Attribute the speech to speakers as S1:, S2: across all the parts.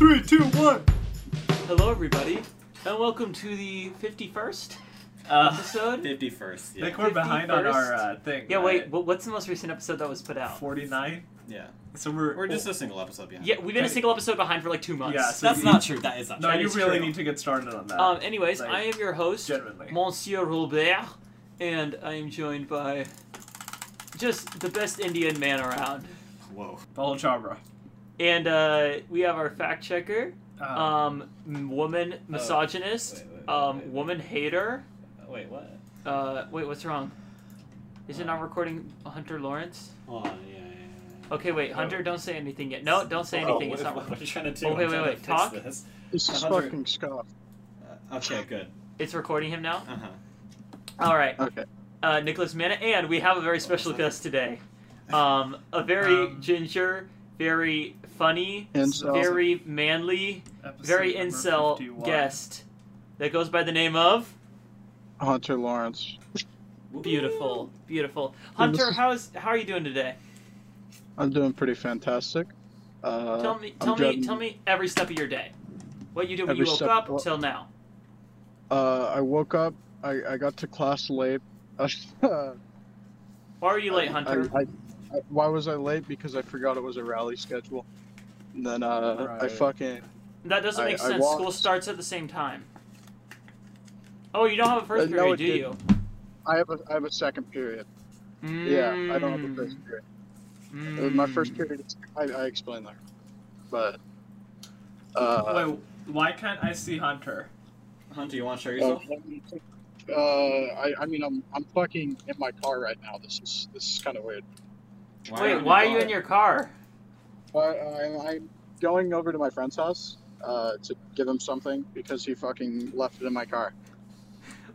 S1: One. Hello, everybody, and welcome to the 51st episode.
S2: Fifty first. Yeah.
S3: Nick, we're behind on
S1: 51st.
S3: our uh, thing.
S1: Uh, Yeah, wait,
S3: right?
S1: wha- what's the most recent episode that was put out?
S3: Forty nine.
S2: yeah.
S3: So we're
S2: We're just a single episode behind.
S1: Yeah, we've been a single episode behind for like two months.
S3: Yeah, so
S4: That's
S3: you-
S4: not true. That is not
S3: No,
S4: true.
S3: you
S1: is
S3: really
S1: true.
S3: need to get started on that.
S1: Um, anyways,
S3: Like-
S1: I am your host,
S3: genuinely.
S1: Monsieur Robert, and I am joined by just the best Indian man around.
S2: Whoa.
S3: Paul Chabra.
S1: And uh, we have our fact checker, um, m-
S4: Uh-huh.
S1: woman
S4: Oh, wait,
S1: misogynist,
S4: wait, wait,
S1: um,
S4: wait.
S1: woman hater.
S4: Wait, what?
S1: Uh, wait, what's wrong? Is it
S2: Uh.
S1: not recording Hunter Lawrence?
S2: Oh yeah. yeah, yeah.
S1: Okay, wait, Hunter, don't say anything yet. No, don't say anything.
S2: Oh,
S1: it's
S2: what,
S1: not.
S2: what,
S1: recording.
S2: are you trying to do?
S1: Oh, wait,
S2: I'm
S1: wait,
S2: trying to
S1: wait,
S2: fix
S1: talk.
S2: This.
S5: This is
S2: Another-
S5: fucking Scott.
S2: Uh, okay, good.
S1: It's recording him now.
S2: Uh huh.
S1: All right,
S5: Okay.
S1: uh, Nicholas Mana, and we have a very special
S2: sorry.
S1: guest today. Um, a very
S3: Um,
S1: ginger, very funny,
S5: And so,
S1: very manly, very incel guest that goes by the name of
S5: Hunter Lawrence.
S1: Beautiful, beautiful Hunter.
S5: is-
S1: How's how are you doing today?
S5: I'm doing pretty fantastic. Uh,
S1: tell me,
S5: I'm
S1: tell me,
S5: dreading-
S1: tell me every step of your day. What you did when
S5: Every
S1: you woke
S5: step-
S1: up
S5: well-
S1: till now.
S5: Uh, I woke up. I, I got to class late. Uh,
S1: Why are you late, Hunter?
S5: I, I, I, why was I late? Because I forgot it was a rally schedule. And then uh, I
S3: Right.
S5: fucking
S1: that doesn't
S5: I-
S1: make
S5: I
S1: sense.
S5: walked-
S1: School starts at the same time. Oh, you don't have a first
S5: Uh, no,
S1: period,
S5: it
S1: do
S5: did.
S1: you?
S5: I have a I have a second period. Yeah, I don't have a
S1: Mm,
S5: first period. It was My first
S1: mm.
S5: period. is- I, I explained that, but uh,
S3: Wait, why can't I see Hunter?
S2: Hunter, you want to show
S5: uh,
S2: yourself?
S5: I, I mean I'm I'm fucking in my car right now. This is this is kind of weird.
S1: Wait, why are you in your car?
S5: But I'm, I'm going over to my friend's house uh, to give him something because he fucking left it in my car.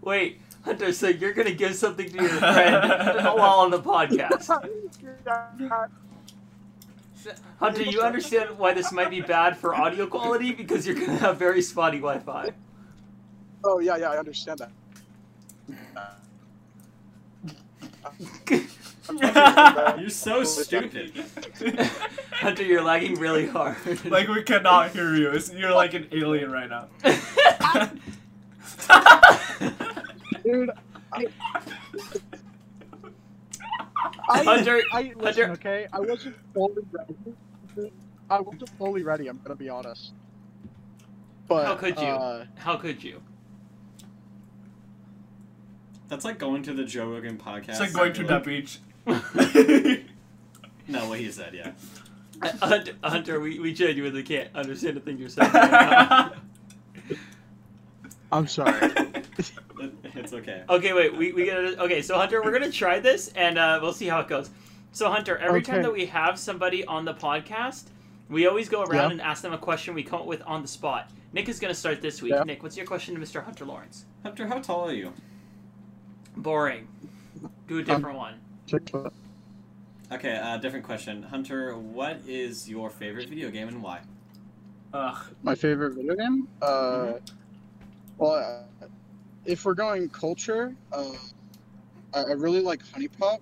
S1: Wait, Hunter, so you're gonna give something to your friend while on the podcast. Hunter, you understand why this might be bad for audio quality because you're gonna have very spotty Wi-Fi.
S5: oh yeah, yeah, I understand that. I'm fucking
S2: You're so stupid.
S1: Hunter, you're lagging really hard.
S3: Like we cannot hear you. It's, you're like an alien right now.
S5: Dude, I. I,
S1: Hunter-
S5: I, listen,
S1: Hunter-
S5: okay, I wasn't fully ready. I wasn't fully ready. I'm gonna be honest. But
S1: How could you?
S5: Uh,
S1: How could you?
S2: That's like going to the Joe Rogan podcast.
S3: It's like going to
S2: and
S3: the
S2: you're
S3: beach.
S2: like- no, what he said. Yeah.
S1: Uh, Hunter, Hunter we, we genuinely can't understand a thing you're saying. Right now.
S5: I'm sorry.
S2: It- It's okay.
S1: Okay, wait, we, we gotta. Okay, so Hunter, we're gonna try this and uh, we'll see how it goes. So, Hunter, every time
S5: Okay.
S1: that we have somebody on the podcast, we always go around
S5: Yeah.
S1: and ask them a question we come up with on the spot. Nick is gonna start this week.
S5: Yeah.
S1: Nick, what's your question to Mr. Hunter Lawrence?
S2: Hunter, how tall are you?
S1: Boring. Do a
S5: Um.
S1: different one.
S2: Okay, uh, different question. Hunter, what is your favorite video game and why?
S3: Ugh.
S5: My favorite video game? Uh,
S3: Mm-hmm.
S5: Well, uh, if we're going culture, uh, I, I really like Honey Pop.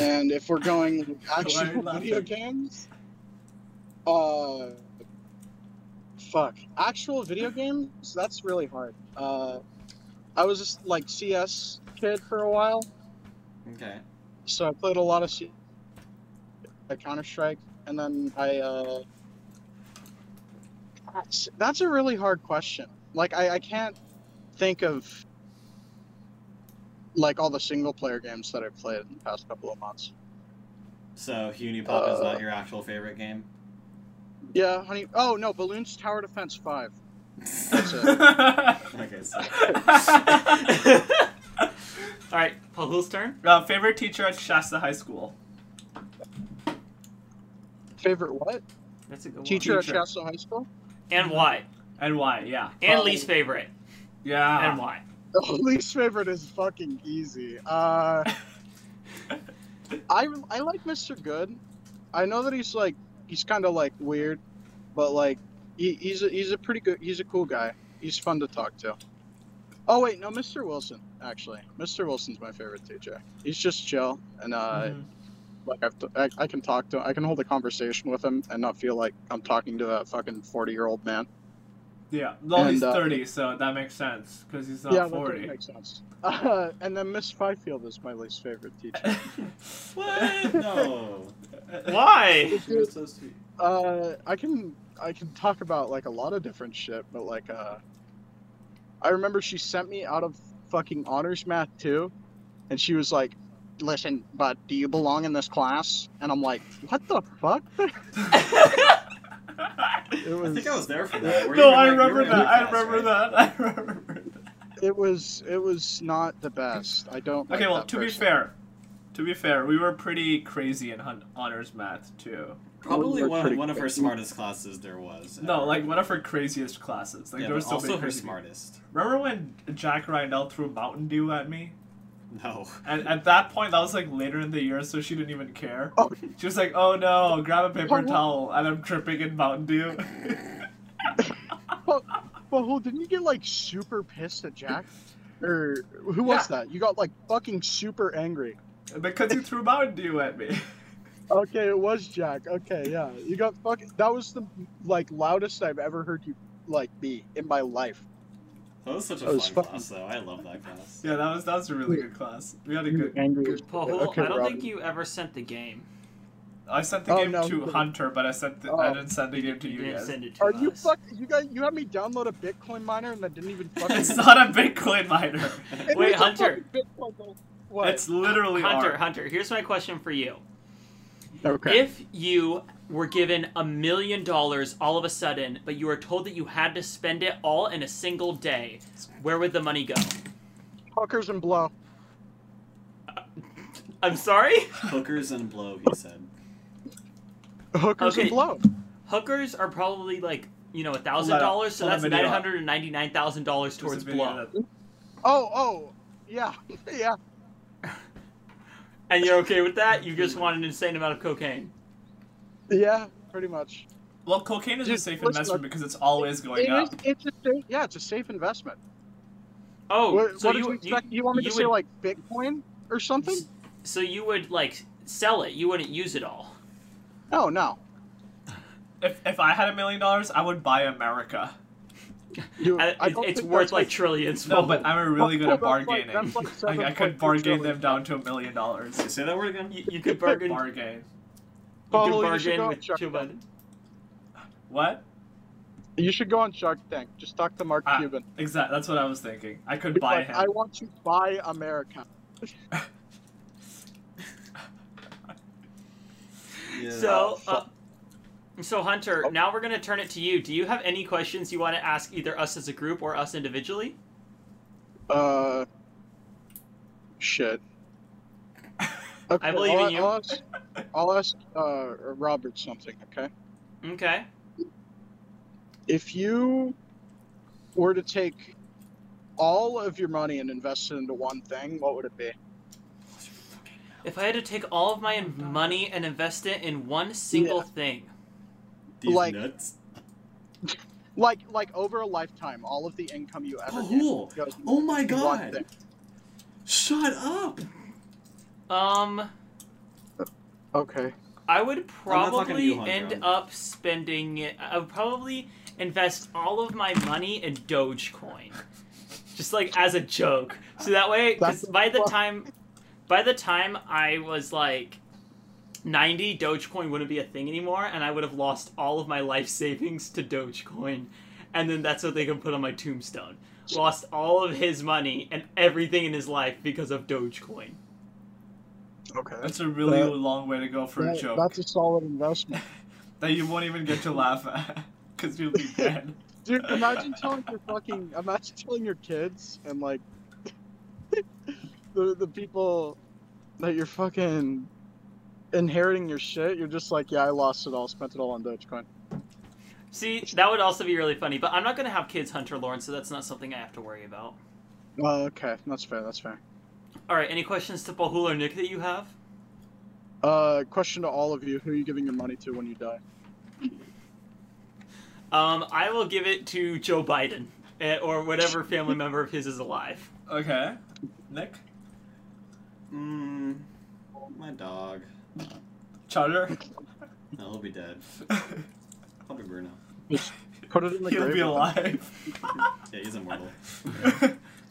S5: And if we're going
S3: Why are you
S5: actual
S3: laughing?
S5: video games, uh, fuck, actual video games. That's really hard. Uh, I was just like CS kid for a while,
S2: Okay.
S5: so I played a lot of C- like Counter Strike, and then I. Uh, that's, that's a really hard question. Like I, I can't think of like all the single player games that I've played in the past couple of months.
S2: So Hunipop is
S5: Uh.
S2: not your actual favorite game.
S5: Yeah, honey. Oh no, Balloons Tower Defense Five. That's it.
S3: uh,
S2: Okay, so
S1: All right, Pahul's turn.
S3: favorite teacher at Shasta High School.
S5: Favorite what?
S1: That's a good
S5: Teacher at
S3: Teacher.
S5: Shasta High School.
S1: one. And why?
S3: And why? Yeah.
S1: And
S5: Um,
S1: least favorite.
S3: Yeah.
S1: And why?
S5: The least favorite is fucking easy. Uh, I I like Mr. Good. I know that he's like he's kind of like weird, but like he, he's a, he's a pretty good he's a cool guy. He's fun to talk to. Oh wait, no, Mr. Wilson actually. Mr. Wilson's my favorite teacher. He's just chill and uh,
S3: Mhm.
S5: like I've t- I, I can talk to I can hold a conversation with him and not feel like I'm talking to a fucking forty year old man.
S3: Yeah. Well, he's
S5: And, uh,
S3: 30, so that makes sense because he's not
S5: yeah, that
S3: 40.
S5: makes sense. Uh, and then Miss Fifield is my least favorite teacher.
S2: What? No.
S1: Why?
S2: She was so sweet.
S5: uh, I can I can talk about like a lot of different shit, but like uh, I remember she sent me out of fucking honors math too, and she was like, "Listen, but do you belong in this class?" And I'm like, "What the fuck?" It
S2: I
S5: was
S2: think I was there for that. Were you
S3: no,
S2: in my-
S3: I
S2: you were
S3: remember
S2: in my
S3: that. I
S2: class,
S3: remember
S2: right?
S3: that. I remember.
S5: it was it was not the best. I don't.
S3: Okay,
S5: like
S3: well,
S5: that
S3: to be
S5: person.
S3: fair, to be fair, we were pretty crazy in hun- honors math too.
S2: Probably
S5: We're
S2: one of,
S5: pretty
S2: one of her
S5: crazy.
S2: smartest classes there was.
S3: No,
S2: ever.
S3: like one of her craziest classes. Like
S2: yeah,
S3: there
S2: but
S3: was so
S2: also
S3: many
S2: her
S3: crazy-
S2: smartest.
S3: Remember when Jack Rydell threw Mountain Dew at me?
S2: No.
S3: And at that point, that was like later in the year, so she didn't even care.
S5: Oh.
S3: She was like, "Oh no, grab a paper
S5: Oh, what?
S3: towel," and I'm dripping in Mountain Dew.
S5: Well, well, hold- didn't you get like super pissed at Jack? Or who was that? You got like fucking super angry.
S3: because he threw Mountain Dew at me.
S5: Okay, it was Jack. Okay, yeah. You got fucking. That was the like loudest I've ever heard you like be in my life.
S2: That was such a
S5: That was
S2: fun,
S5: fun.
S2: class, though. I love that class.
S3: Yeah, that was that was a really good class. We had a good.
S5: angry.
S3: good-
S1: Pahul,
S5: Okay,
S1: I don't
S5: Rob.
S1: think you ever sent the game.
S3: I sent the
S5: Oh,
S3: game
S5: no,
S3: to
S5: but-
S3: Hunter, but I sent the, I
S5: Oh.
S3: didn't send the game to
S1: You
S3: you
S1: didn't
S3: guys.
S1: send it to
S5: Are
S1: us.
S5: you fuck? You got you had me download a Bitcoin miner and that didn't even fucking.
S3: It's not a Bitcoin miner.
S1: Wait,
S5: It was a
S1: Hunter.
S5: fucking Bitcoin miner. What?
S3: It's literally
S1: Hunter,
S3: art.
S1: Hunter, here's my question for you.
S5: okay.
S1: If you were given a million dollars all of a sudden, but you were told that you had to spend it all in a single day, where would the money go?
S5: Hookers and blow.
S1: I'm sorry?
S2: Hookers and blow, he said.
S5: Hookers
S1: Okay.
S5: and blow.
S1: Hookers are probably like, you know, a
S3: Hold
S1: thousand
S3: on, hold
S1: dollars, so
S3: on,
S1: that's
S3: video.
S1: nine hundred and ninety nine thousand dollars
S3: There's
S1: towards
S3: a video
S1: blow.
S3: that-
S5: Oh, oh, yeah, yeah.
S1: And you're okay with that? You just want an insane amount of cocaine.
S5: Yeah, pretty much.
S3: Well, cocaine is a
S5: Dude,
S3: safe
S5: listen,
S3: investment because it's always
S5: It
S3: going
S5: is,
S3: up.
S5: it's a safe, yeah, it's a safe investment.
S1: Oh,
S5: what
S1: so
S5: what did
S1: you,
S5: you,
S1: you,
S5: expect? You, want me
S1: you
S5: to say
S1: would-
S5: like Bitcoin or something?
S1: so you would like sell it, you wouldn't use it all.
S5: No, no.
S3: If, if I had a million dollars, I would buy America.
S5: You,
S1: I,
S5: I
S1: it-
S5: don't
S1: it's
S5: think
S1: worth
S5: that's
S1: like
S5: what-
S1: trillions.
S3: No,
S1: Paul.
S3: but I'm really good at
S5: Well, that's like-
S3: bargaining.
S5: that's like
S3: Like, I could
S5: 7.2
S3: bargain
S5: trillion.
S3: them down to a million dollars.
S2: Say that word again?
S1: you, you could bargain. you
S3: Bargain.
S1: could
S5: Paul, you should
S1: bargain
S5: go
S1: with
S5: check
S1: Joe
S5: that.
S1: Biden.
S3: What?
S5: You should go on Shark Tank. Just talk to Mark
S3: Ah,
S5: Cuban.
S3: Exactly. That's what I was thinking. I could
S5: He's
S3: buy
S5: like, I
S3: him.
S5: want to buy America.
S2: Yeah.
S1: So, uh,
S5: Oh, fuck.
S1: so Hunter,
S5: Oh.
S1: now we're gonna turn it to you. Do you have any questions you want to ask either us as a group or us individually?
S5: Uh, shit. Okay,
S1: believe
S5: I'll,
S1: in you.
S5: I'll ask, I'll ask uh, Robert something. Okay.
S1: Okay.
S5: if you were to take all of your money and invest it into one thing, what would it be?
S1: If I had to take all of my
S5: Oh,
S1: in- money and invest it in one single thing,
S2: These
S5: like-
S2: nuts.
S5: Like, like over a lifetime, all of the income you ever
S2: Pahul!
S5: get goes
S2: Oh my
S5: into one
S2: god!
S5: thing.
S2: Shut up!
S1: um,
S5: Okay.
S1: I would
S2: not talking to you,
S1: probably
S2: Hunter.
S1: end
S2: I'm-
S1: up spending. it- I would probably invest all of my money in Dogecoin, just like as a joke. So that way, because
S5: That's-
S1: by the time, by the time I was like. 90 Dogecoin wouldn't be a thing anymore, and I would have lost all of my life savings to Dogecoin. And then that's what they can put on my tombstone. Lost all of his money and everything in his life because of Dogecoin.
S5: Okay.
S3: That's a really
S5: That-
S3: long way to go for a
S5: That-
S3: joke
S5: That's a solid investment,
S3: that you won't even get to laugh at because you'll be dead.
S5: dude. Imagine telling your fucking, imagine telling your kids and like the the people that you're fucking inheriting your shit. You're just like, yeah, I lost it all, spent it all on Dogecoin.
S1: See, that would also be really funny, but I'm not going to have kids, Hunter Lawrence, so that's not something I have to worry about.
S5: Oh, okay, that's fair. That's fair.
S1: All right, any questions to Pahul or Nick that you have?
S5: Uh, question to all of you: Who are you giving your money to when you die?
S1: Um, I will give it to Joe Biden eh, or whatever family member of his is alive.
S3: Okay. Nick?
S2: Mm, my dog.
S3: Charter.
S2: No, he'll be dead. Probably Bruno.
S5: Put it in the
S3: He'll
S5: grave.
S3: be alive.
S2: Yeah, he's immortal.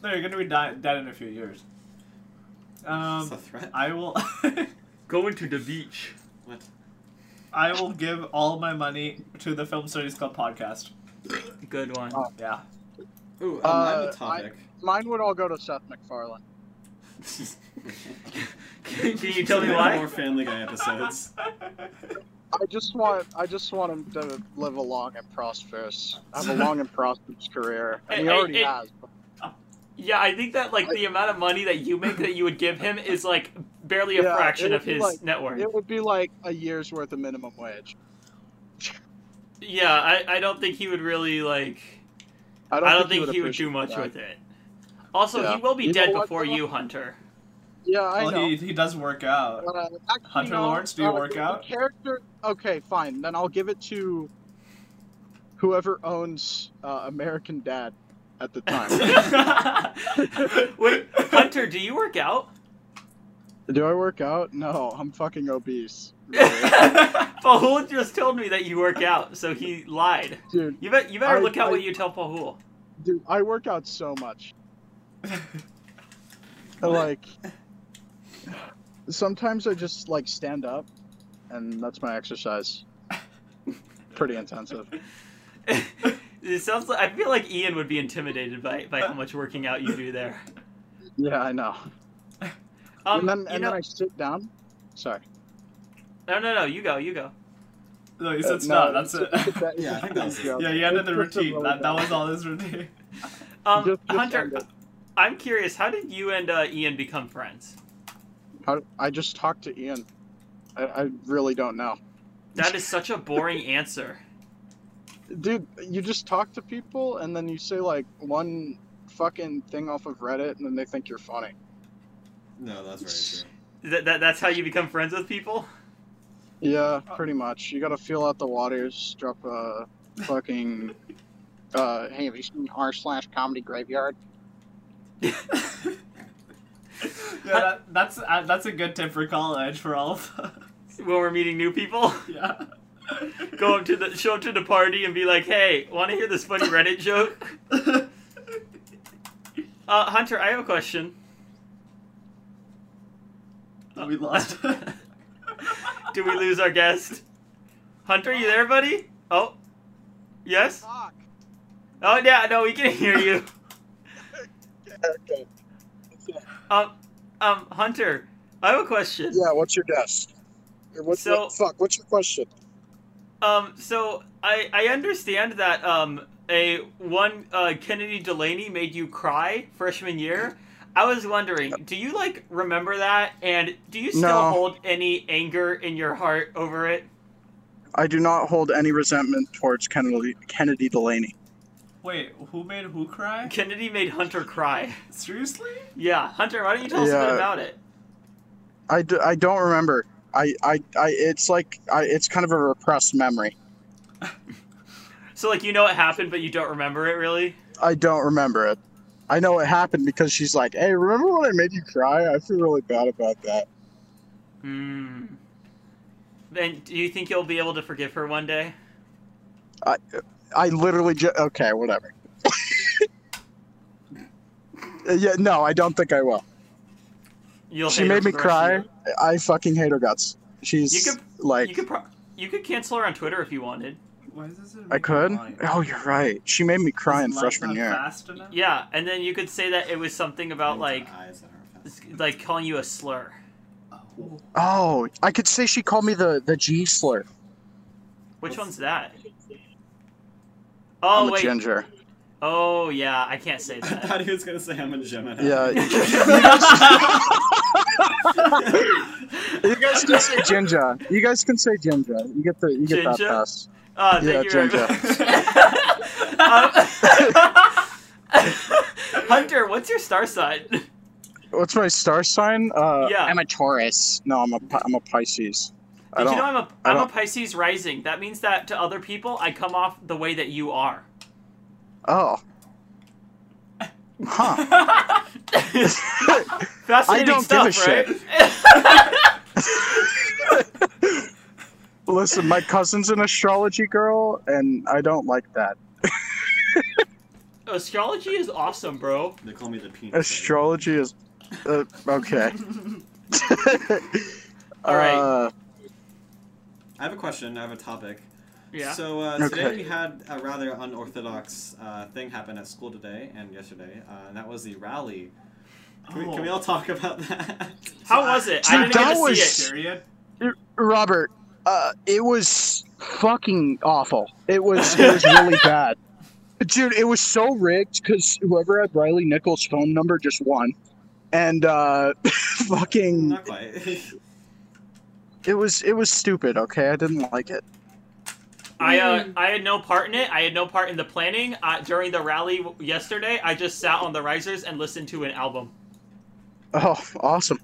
S3: no, you're gonna be di- dead in a few years.
S2: it's a
S3: Um,
S2: threat.
S3: I will.
S1: Going to the beach.
S2: What?
S3: I will give all my money to the Film Studies Club podcast.
S1: Good one.
S5: Oh.
S3: Yeah.
S2: Ooh, um, I have
S5: Uh,
S2: a topic.
S5: Mine would all go to Seth MacFarlane.
S1: Can you tell me
S2: More
S1: why?
S2: Family Guy episodes.
S5: I just want I just want him to live a long and prosperous have a long and prosperous career. And he
S1: Hey, hey,
S5: already
S1: hey.
S5: has. but-
S1: Yeah, I think that like the amount of money that you make that you would give him is like barely a
S5: Yeah, it
S1: fraction
S5: would
S1: of
S5: be
S1: his
S5: like-
S1: net worth.
S5: It would be like a year's worth of minimum wage.
S1: Yeah, I, I don't think he would really like.
S5: I don't,
S1: I don't think he would
S5: appreciate
S1: do much
S5: that.
S1: with it. Also,
S5: Yeah.
S1: he will be
S5: You know
S1: dead
S5: what,
S1: before
S5: though?
S1: you, Hunter.
S5: Yeah, I
S3: well,
S5: know.
S3: he, he does work out.
S5: But, uh, actually,
S3: Hunter
S5: no,
S3: Lawrence, do you
S5: uh,
S3: work
S5: the
S3: out?
S5: Character. Okay, fine. Then I'll give it to whoever owns uh, American Dad at the time.
S1: Wait, Hunter, do you work out?
S5: do I work out? No, I'm fucking obese.
S1: Pahul just told me that you work out, so he lied.
S5: Dude,
S1: You bet. You better
S5: I-
S1: look out
S5: I-
S1: what you tell Pahul.
S5: dude, I work out so much. I, like sometimes I just like stand up and that's my exercise. Pretty intensive.
S1: It sounds like I feel like Ian would be intimidated by, by how much working out you do there.
S5: Yeah, I know.
S1: Um,
S5: and then
S1: you
S5: and
S1: know,
S5: then I sit down. Sorry.
S1: no, no, no. You go, you go.
S3: no, he
S5: Uh,
S3: sits
S5: no,
S3: down. That's it.
S5: it's- it's-
S2: Yeah, I think that was it.
S3: yeah, he ended the
S5: It's just a
S3: routine. That, that
S5: roll
S3: was all his routine.
S1: Um,
S5: Just- just
S1: Hunter,
S5: end it.
S1: I'm curious. How did you and uh, Ian become friends?
S5: How, I just talked to Ian. I, I really don't know.
S1: That is such a boring answer.
S5: Dude, you just talk to people and then you say like one fucking thing off of Reddit and then they think you're funny.
S2: No, that's very true.
S1: That, that that's how you become friends with people.
S5: Yeah, pretty much. You gotta feel out the waters, drop a fucking. Uh, hey, have you seen r slash comedy graveyard?
S3: Yeah, that, that's uh, that's a good tip for college for all of us.
S1: When we're meeting new people,
S3: Yeah.
S1: go up to the show up to the party and be like, "Hey, want to hear this funny Reddit joke?" Uh, Hunter, I have a question.
S3: we lost.
S1: Did we lose our guest? Hunter, you there, buddy? Oh, yes.
S5: Fuck.
S1: Oh yeah, no, we can hear you.
S5: Okay.
S1: Um, um, Hunter, I have a question.
S5: Yeah, what's your guess? Or What,
S1: So-
S5: what- fuck, what's your question?
S1: Um, so I I understand that um a one uh Kennedy Delaney made you cry freshman year. I was wondering, do you like remember that, and do you still
S5: No.
S1: hold any anger in your heart over it?
S5: I do not hold any resentment towards Kennedy, Kennedy Delaney.
S3: Wait, who made who cry?
S1: Kennedy made Hunter cry.
S3: Seriously?
S1: Yeah, Hunter, why don't you tell us a bit
S5: Yeah.
S1: about it?
S5: I, do, I don't remember. I, I, I it's like I, it's kind of a repressed memory.
S1: So like you know it happened, but you don't remember it really.
S5: I don't remember it. I know it happened because she's like, "Hey, remember when I made you cry? I feel really bad about that."
S1: Hmm. And do you think you'll be able to forgive her one day?
S5: I literally just okay, whatever. Uh, yeah, no, I don't think I will.
S1: You'll
S5: she
S1: hate her
S5: made me
S1: for the rest of
S5: cry.
S1: your-
S5: I fucking hate her guts. She's
S1: You could-
S5: like
S1: You could pro- you could cancel her on Twitter if you wanted.
S3: Why does it
S5: I
S3: make
S5: could.
S3: me whine?
S5: Oh, you're right. She made me cry
S3: Is
S5: in
S3: light
S5: freshman
S3: not
S5: year.
S3: Fast enough?
S1: Yeah, and then you could say that it was something about like
S2: Eyes that are fast.
S1: like calling you a slur.
S3: Oh.
S5: Oh, I could say she called me the the G slur.
S1: Which
S3: What's-
S1: one's that?
S5: I'm
S1: Oh
S5: a
S1: wait.
S5: ginger.
S1: Oh yeah, I can't say
S2: I
S1: that.
S2: thought he was gonna say I'm a Gemini.
S5: Yeah. You guys can say ginger. You guys can say ginger. You get the you get that
S1: Ginger?
S5: pass.
S1: Oh,
S5: Yeah,
S1: thank you very
S5: ginger.
S1: much. Um, Hunter, what's your star sign?
S5: What's my star sign? Uh,
S1: Yeah.
S5: I'm a Taurus. No, I'm a Pi- I'm a Pisces. I
S1: Did
S5: don't.
S1: you know I'm a
S5: I
S1: I'm a
S5: don't-
S1: Pisces rising? That means that to other people I come off the way that you are.
S5: Oh. Huh.
S1: Fascinating
S5: I don't
S1: stuff,
S5: give a
S1: right?
S5: Listen, my cousin's an astrology girl, and I don't like that.
S1: Astrology is awesome, bro.
S2: They call me the penis.
S5: Astrology is uh, okay.
S1: All right.
S5: Uh,
S2: I have a question. I have a topic.
S1: Yeah.
S2: So uh, today
S5: Okay.
S2: we had a rather unorthodox uh, thing happen at school today and yesterday, uh, and that was the rally. Can, we, can
S3: Oh.
S1: Oh.
S2: we all talk about that?
S1: How was it? I didn't
S5: Dude,
S1: get
S5: that
S1: to
S5: was-
S1: see it.
S3: Period.
S5: Robert, uh, it was fucking awful. It was it was really bad. Dude, it was so rigged because whoever had Riley Nichols' phone number just won, and uh, fucking
S2: Not quite.
S5: it was it was stupid. Okay, I didn't like it.
S1: I uh,
S5: Mm.
S1: I had no part in it. I had no part in the planning. Uh, during the rally w- yesterday, I just sat on the risers and listened to an album.
S5: Oh, awesome!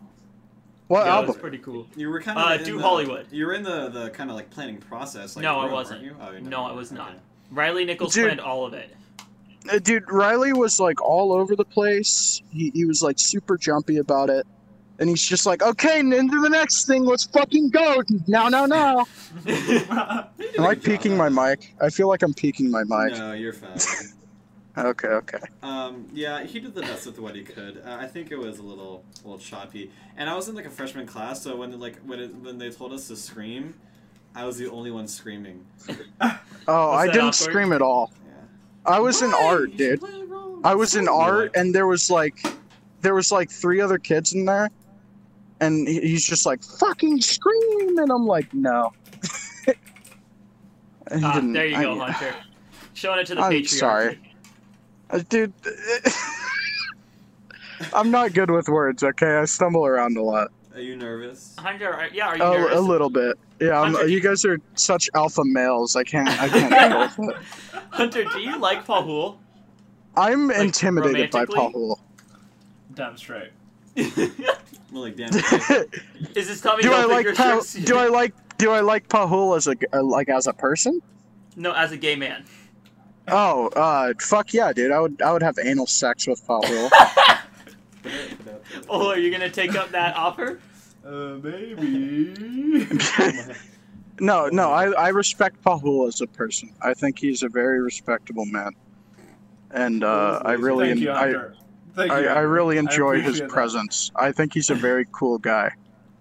S5: What
S1: yeah, it was
S5: album?
S1: pretty cool.
S2: you were kind
S1: Uh,
S2: of
S1: Do Hollywood.
S2: You were in the, the kind of like planning process. Like,
S1: No, I
S2: weren't
S1: wasn't.
S2: you? Oh, you
S1: No,
S2: never
S1: I
S2: were.
S1: was
S2: Okay.
S1: not. Riley Nichols
S5: Dude.
S1: planned all of it.
S5: Uh, dude riley was like all over the place he, he was like super jumpy about it and he's just like okay and into the next thing let's fucking go now now now am i peeking my mic i feel like i'm peeking my mic
S2: No, you're fine.
S5: okay okay
S2: Um, yeah, he did the best with what he could. Uh, I think it was a little, a little choppy. And I was in like a freshman class, so when like when it, when they told us to scream, I was the only one screaming.
S5: oh
S1: Was
S5: i
S1: that
S5: didn't
S1: awkward?
S5: scream at all
S2: Yeah.
S5: i was in
S2: Why?
S5: art
S2: You should
S5: dude
S2: play it wrong.
S5: i was in
S2: Really?
S5: art and there was like there was like three other kids in there and he- he's just like fucking scream and i'm like no And he
S1: Ah,
S5: didn't-
S1: there you
S5: I-
S1: go, Hunter. Showing it to the
S5: I'm
S1: patriarchy.
S5: sorry. Uh, dude. I'm not good with words, okay? I stumble around a lot.
S2: Are you nervous?
S1: Hunter, are, yeah, are you
S5: Oh,
S1: nervous?
S5: a little bit. Yeah, I'm,
S1: Hunter-
S5: you guys are such alpha males. I can't. I can't deal with it.
S1: Hunter, do you like Pahul?
S5: I'm intimidated by
S1: romantically?
S5: Pahul.
S3: Damn straight.
S2: I'm like, damn. it.
S5: do
S1: Is this Tommy
S5: I
S1: Hilfiger
S5: like pa-
S1: shirts?
S5: Do I like? Do I like Pahul as a g- uh, like as a person?
S1: No, as a gay man.
S5: Oh, uh, fuck yeah, dude! I would I would have anal sex with Pahul.
S1: Oh, are you gonna take up that offer?
S3: Uh, maybe.
S5: no, no, I, I respect Pahul as a person. I think he's a very respectable man, and uh, I really
S3: Thank you,
S5: I,
S3: Hunter. Thank
S5: I,
S3: you.
S5: I really enjoy his
S3: appreciate that.
S5: presence. I think he's a very cool guy.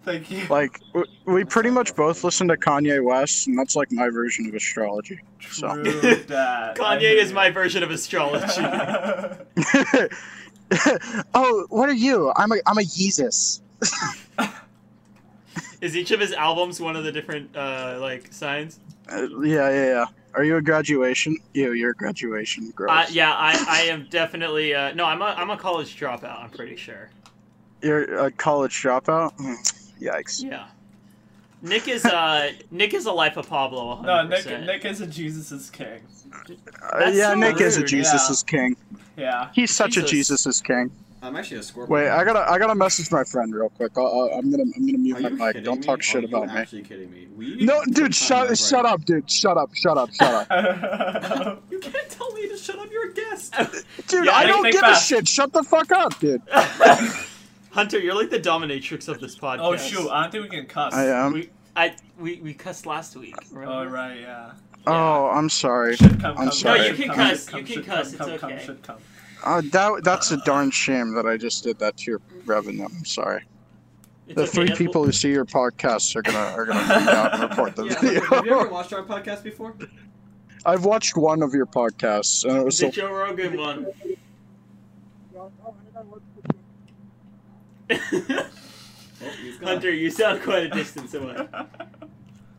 S3: Thank you.
S5: Like w- we pretty much both listen to Kanye West, and that's like my version of astrology.
S3: True
S5: So
S3: that. I
S1: Kanye
S3: hear
S1: is
S3: you.
S1: my version of astrology.
S5: oh, what are you? I'm a I'm a Yeezus.
S1: is each of his albums one of the different uh, like signs?
S5: Uh, yeah, yeah, yeah. Are you a graduation? You, you're a graduation. Gross.
S1: Uh, yeah, I, I am definitely uh, no. I'm a I'm a college dropout. I'm pretty sure.
S5: You're a college dropout. Mm, Yikes.
S1: Yeah. Nick is uh Nick is a life of Pablo. 100%.
S3: no, Nick. Nick is a Jesus is king.
S5: Uh,
S1: That's
S5: yeah,
S1: so
S5: Nick is a
S1: rude,
S5: Jesus
S3: yeah.
S5: is king.
S3: Yeah.
S5: He's such a
S1: Jesus.
S5: Jesus is king.
S2: I'm actually a Scorpio.
S5: Wait, I gotta, I gotta message my friend real quick. I'll, I'll, I'm gonna, I'm gonna mute
S2: Are
S5: my
S2: you
S5: mic.
S2: kidding
S5: Don't
S2: me? Oh,
S5: talk
S2: Are
S5: shit
S2: you
S5: about me.
S2: Actually kidding me? We
S5: No,
S2: need to find
S5: dude, shut,
S2: that
S5: shut
S2: right.
S5: up, dude. Shut up, shut up, shut up.
S3: Oh,
S2: You can't tell me to shut up. You're a guest.
S5: Dude,
S1: Yeah,
S5: I
S1: think-
S5: don't
S3: think
S5: give
S3: fast.
S5: a shit. Shut the fuck up, dude.
S1: Hunter, you're like the dominatrix of this podcast.
S3: oh shoot! I don't think we can cuss.
S5: I am.
S3: We,
S1: I we, we cussed last week. Remember?
S3: oh right, yeah.
S5: Oh, I'm sorry.
S3: Should come,
S5: I'm
S3: come, come,
S5: sorry. No, you
S1: can
S3: come,
S1: cuss,
S3: come,
S1: you can
S3: should
S1: cuss,
S3: Come,
S1: it's
S3: come,
S1: okay.
S3: Come, should come.
S5: Uh, that, that's a darn shame that I just did that to your revenue. I'm sorry.
S1: It's
S5: The
S1: okay,
S5: three
S1: that's-
S5: people who see your podcasts are gonna are gonna freak out and report the
S2: Yeah, have you ever
S5: video.
S2: watched our podcast before?
S5: I've watched one of your podcasts, and it was
S1: The
S5: the
S1: Joe Rogan one.
S2: Oh, he's gone.
S1: Hunter, you sound quite a distance away.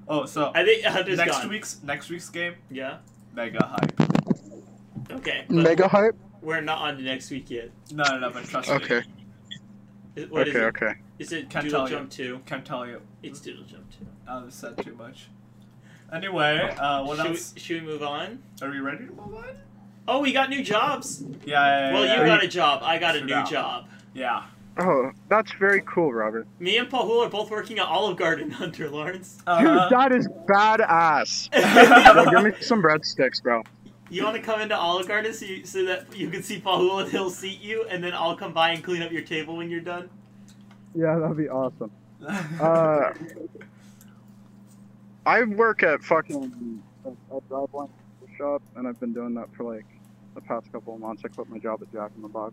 S3: Oh, so
S1: I think Hunter's
S3: next
S1: gone.
S3: week's next week's game,
S1: Yeah.
S3: mega hype.
S1: Okay. but
S5: mega hype.
S1: We're not on to next week yet.
S3: No, no, no, but trust me.
S5: Okay,
S1: Is- What is
S5: okay,
S1: it?
S5: okay.
S1: Is it
S3: Can't
S1: Doodle
S3: tell you.
S1: Jump Two?
S3: Can't tell you.
S1: It's Doodle Jump Two.
S3: I've said too much. Anyway, uh, what
S1: should,
S3: else?
S1: We, should we move on?
S3: Are we ready to move on?
S1: Oh, we got new jobs.
S3: Yeah. yeah, yeah
S1: Well,
S3: yeah.
S1: you got a job. I got a
S3: Sit
S1: new
S3: down.
S1: job.
S3: Yeah.
S5: Oh, that's very cool, Robert.
S1: Me and Pahul are both working at Olive Garden, Hunter Lawrence.
S5: Dude,
S3: Uh-huh.
S5: that is badass. Yo, give me some breadsticks, bro.
S1: You want to come into Olive Garden so, you, so that you can see Pahul and he'll seat you, and then I'll come by and clean up your table when you're done?
S5: Yeah, that'd be awesome. Uh, I work at fucking a, a driveline shop, and I've been doing that for like the past couple of months. I quit my job at Jack in the Box.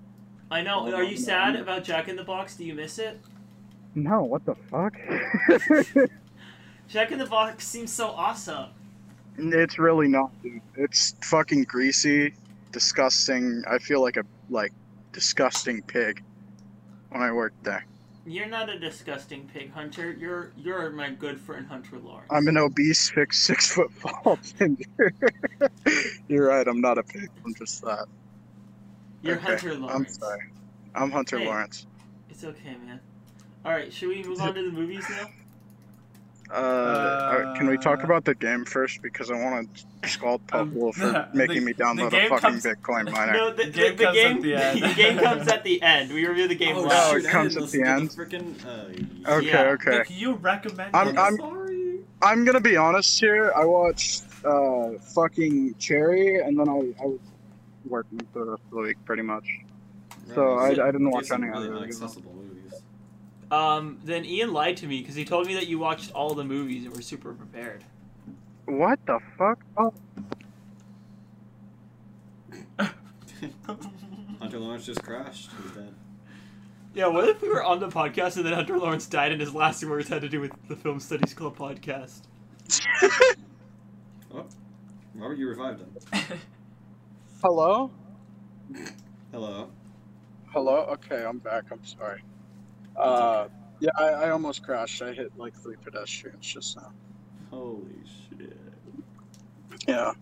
S1: I know.
S5: Oh,
S1: Are you
S5: no.
S1: sad about Jack in the Box? Do you miss it?
S5: No, what the fuck?
S1: Jack in the Box seems so awesome.
S5: it's really not, dude. It's fucking greasy, disgusting. I feel like a like disgusting pig when I worked there.
S1: You're not a disgusting pig hunter. You're you're my good friend Hunter Lawrence.
S5: I'm an obese six six foot tall ginger. You're right. I'm not a pig. I'm just that.
S1: You're
S5: okay,
S1: Hunter Lawrence.
S5: I'm sorry. I'm Hunter
S1: Hey.
S5: Lawrence.
S1: It's okay, man. All right, should we move on to the movies now?
S5: Uh, uh, can we
S3: Uh,
S5: talk
S3: um,
S5: about the game first? Because I want to scold Pablo for
S3: the-
S5: making me
S3: the
S5: download a
S3: game
S5: fucking
S3: comes-
S5: Bitcoin miner.
S1: No, the,
S3: The
S1: the game the game,
S3: game comes at the end.
S1: the game comes at the end. We review the game
S2: oh,
S5: wow.
S1: last.
S2: shoot,
S5: It
S2: I
S5: comes
S2: didn't
S5: at the
S2: listen to frickin', uh,
S5: Okay,
S1: Yeah.
S5: okay.
S3: Nick, you recommend
S5: I'm-
S3: it.
S5: I'm-
S2: sorry.
S5: I'm gonna be honest here. I watched uh, fucking Cherry, and then I, I was working for the rest of the week pretty much. So I, I didn't watch any
S2: really
S5: other.
S2: inaccessible movies.
S1: Um, then Ian lied to me because he told me that you watched all the movies and were super prepared.
S5: What the fuck? Oh,
S2: Hunter Lawrence just crashed. He's dead.
S1: Yeah, what if we were on the podcast and then Hunter Lawrence died and his last words had to do with the Film Studies Club podcast?
S2: Oh, Robert, you revived him.
S5: hello,
S2: Hello.
S5: hello. Okay, I'm back. I'm sorry. Uh, yeah, I, I almost crashed. I hit like three pedestrians just now.
S2: Holy shit.
S5: Yeah.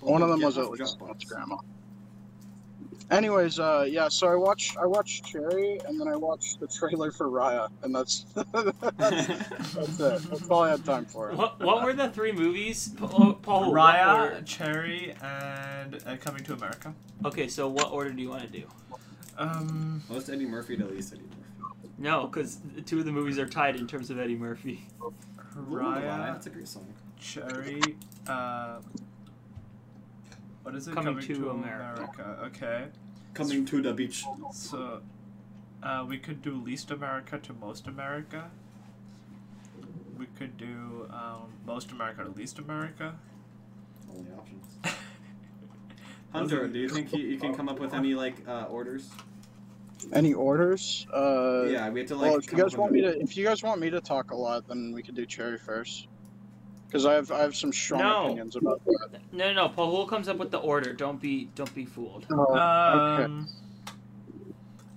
S5: One of them
S2: Get
S5: was at
S2: off
S5: least
S2: Dropbox.
S5: its grandma. Anyways, uh, yeah. So I watched I watched Cherry, and then I watched the trailer for Raya, and that's that's, that's it. That's all I had time for.
S1: What what were the three movies, Paul? Paul what
S3: Raya,
S1: order-
S3: Cherry, and uh, Coming to America.
S1: Okay, so what order do you want to do?
S3: Um,
S2: Most Eddie Murphy to least Eddie Murphy.
S1: No, because Oh, two of the movies are tied in terms of Eddie Murphy.
S2: Lullaby,
S3: Raya,
S2: That's a great song.
S3: Cherry, uh, what is it?
S1: Coming to America.
S3: Okay,
S2: Coming to the beach.
S3: so uh, we could do least America to most America. We could do um, most America to least America.
S2: Only options. Hunter, do you think you, you can come up with any like uh, orders?
S5: Any orders? Uh,
S2: yeah, we have to like.
S5: well, if
S2: come
S5: you
S2: up
S5: guys
S2: with
S5: want
S2: a-
S5: me to, if you guys want me to talk a lot, then we can do Cherry first, because I have I have some strong
S1: No.
S5: opinions about that.
S1: No, no, no. Pahul comes up with the order. Don't be, don't be fooled.
S5: Uh, Oh,
S3: Um,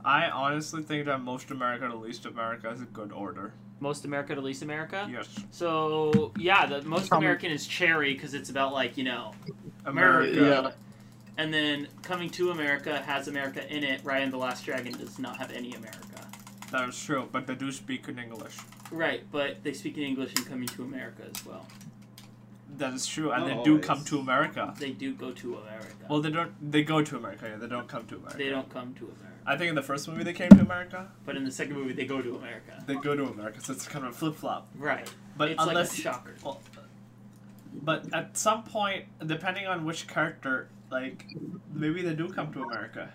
S3: I honestly think that most America to least America is a good order.
S1: Most America to least America.
S3: Yes.
S1: So yeah, the most
S5: Coming-
S1: American is Cherry because it's about like you know
S3: America.
S1: America. And then Coming to America has America in it. Ryan and the Last Dragon does not have any America.
S3: That is true, but they do speak in English.
S1: Right, but they speak in English in Coming to America as well.
S3: That is true, and
S2: Not
S3: they do
S2: always.
S3: come to America.
S1: They do go to America.
S3: Well, they don't. They go to America. Yeah, they don't come to America.
S1: they don't come to America.
S3: I think in the first movie they came to America.
S1: But in the second movie, they go to America.
S3: They go to America, so it's kind of a flip flop.
S1: Right.
S3: But
S1: it's
S3: unless,
S1: like a shocker.
S3: well, but at some point, depending on which character, like maybe they do come to America.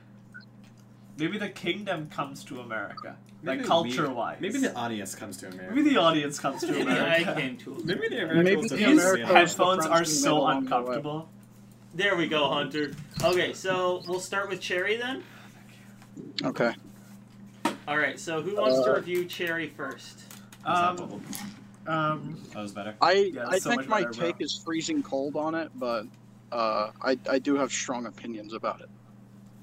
S3: Maybe the kingdom comes to America,
S2: Maybe
S3: like
S2: we-
S3: culture wise.
S2: Maybe the audience comes to America.
S3: maybe the audience comes to
S1: Maybe I
S3: America.
S1: came to America.
S2: Maybe the
S5: Maybe
S2: Americans
S5: the
S2: are
S3: These
S2: just
S5: America-
S2: saying,
S3: headphones
S5: The
S3: are
S5: French we met
S3: so
S5: along the way.
S3: uncomfortable.
S1: There we go, Hunter. Okay, so we'll start with Cherry then.
S5: Okay.
S1: All right, so who wants to
S5: Uh,
S1: review Cherry first?
S3: Um, um,
S2: that was better.
S5: I
S3: that's
S5: I
S3: so
S5: think
S3: much
S5: my
S3: better, bro.
S5: take is freezing cold on it, but uh, I I do have strong opinions about it.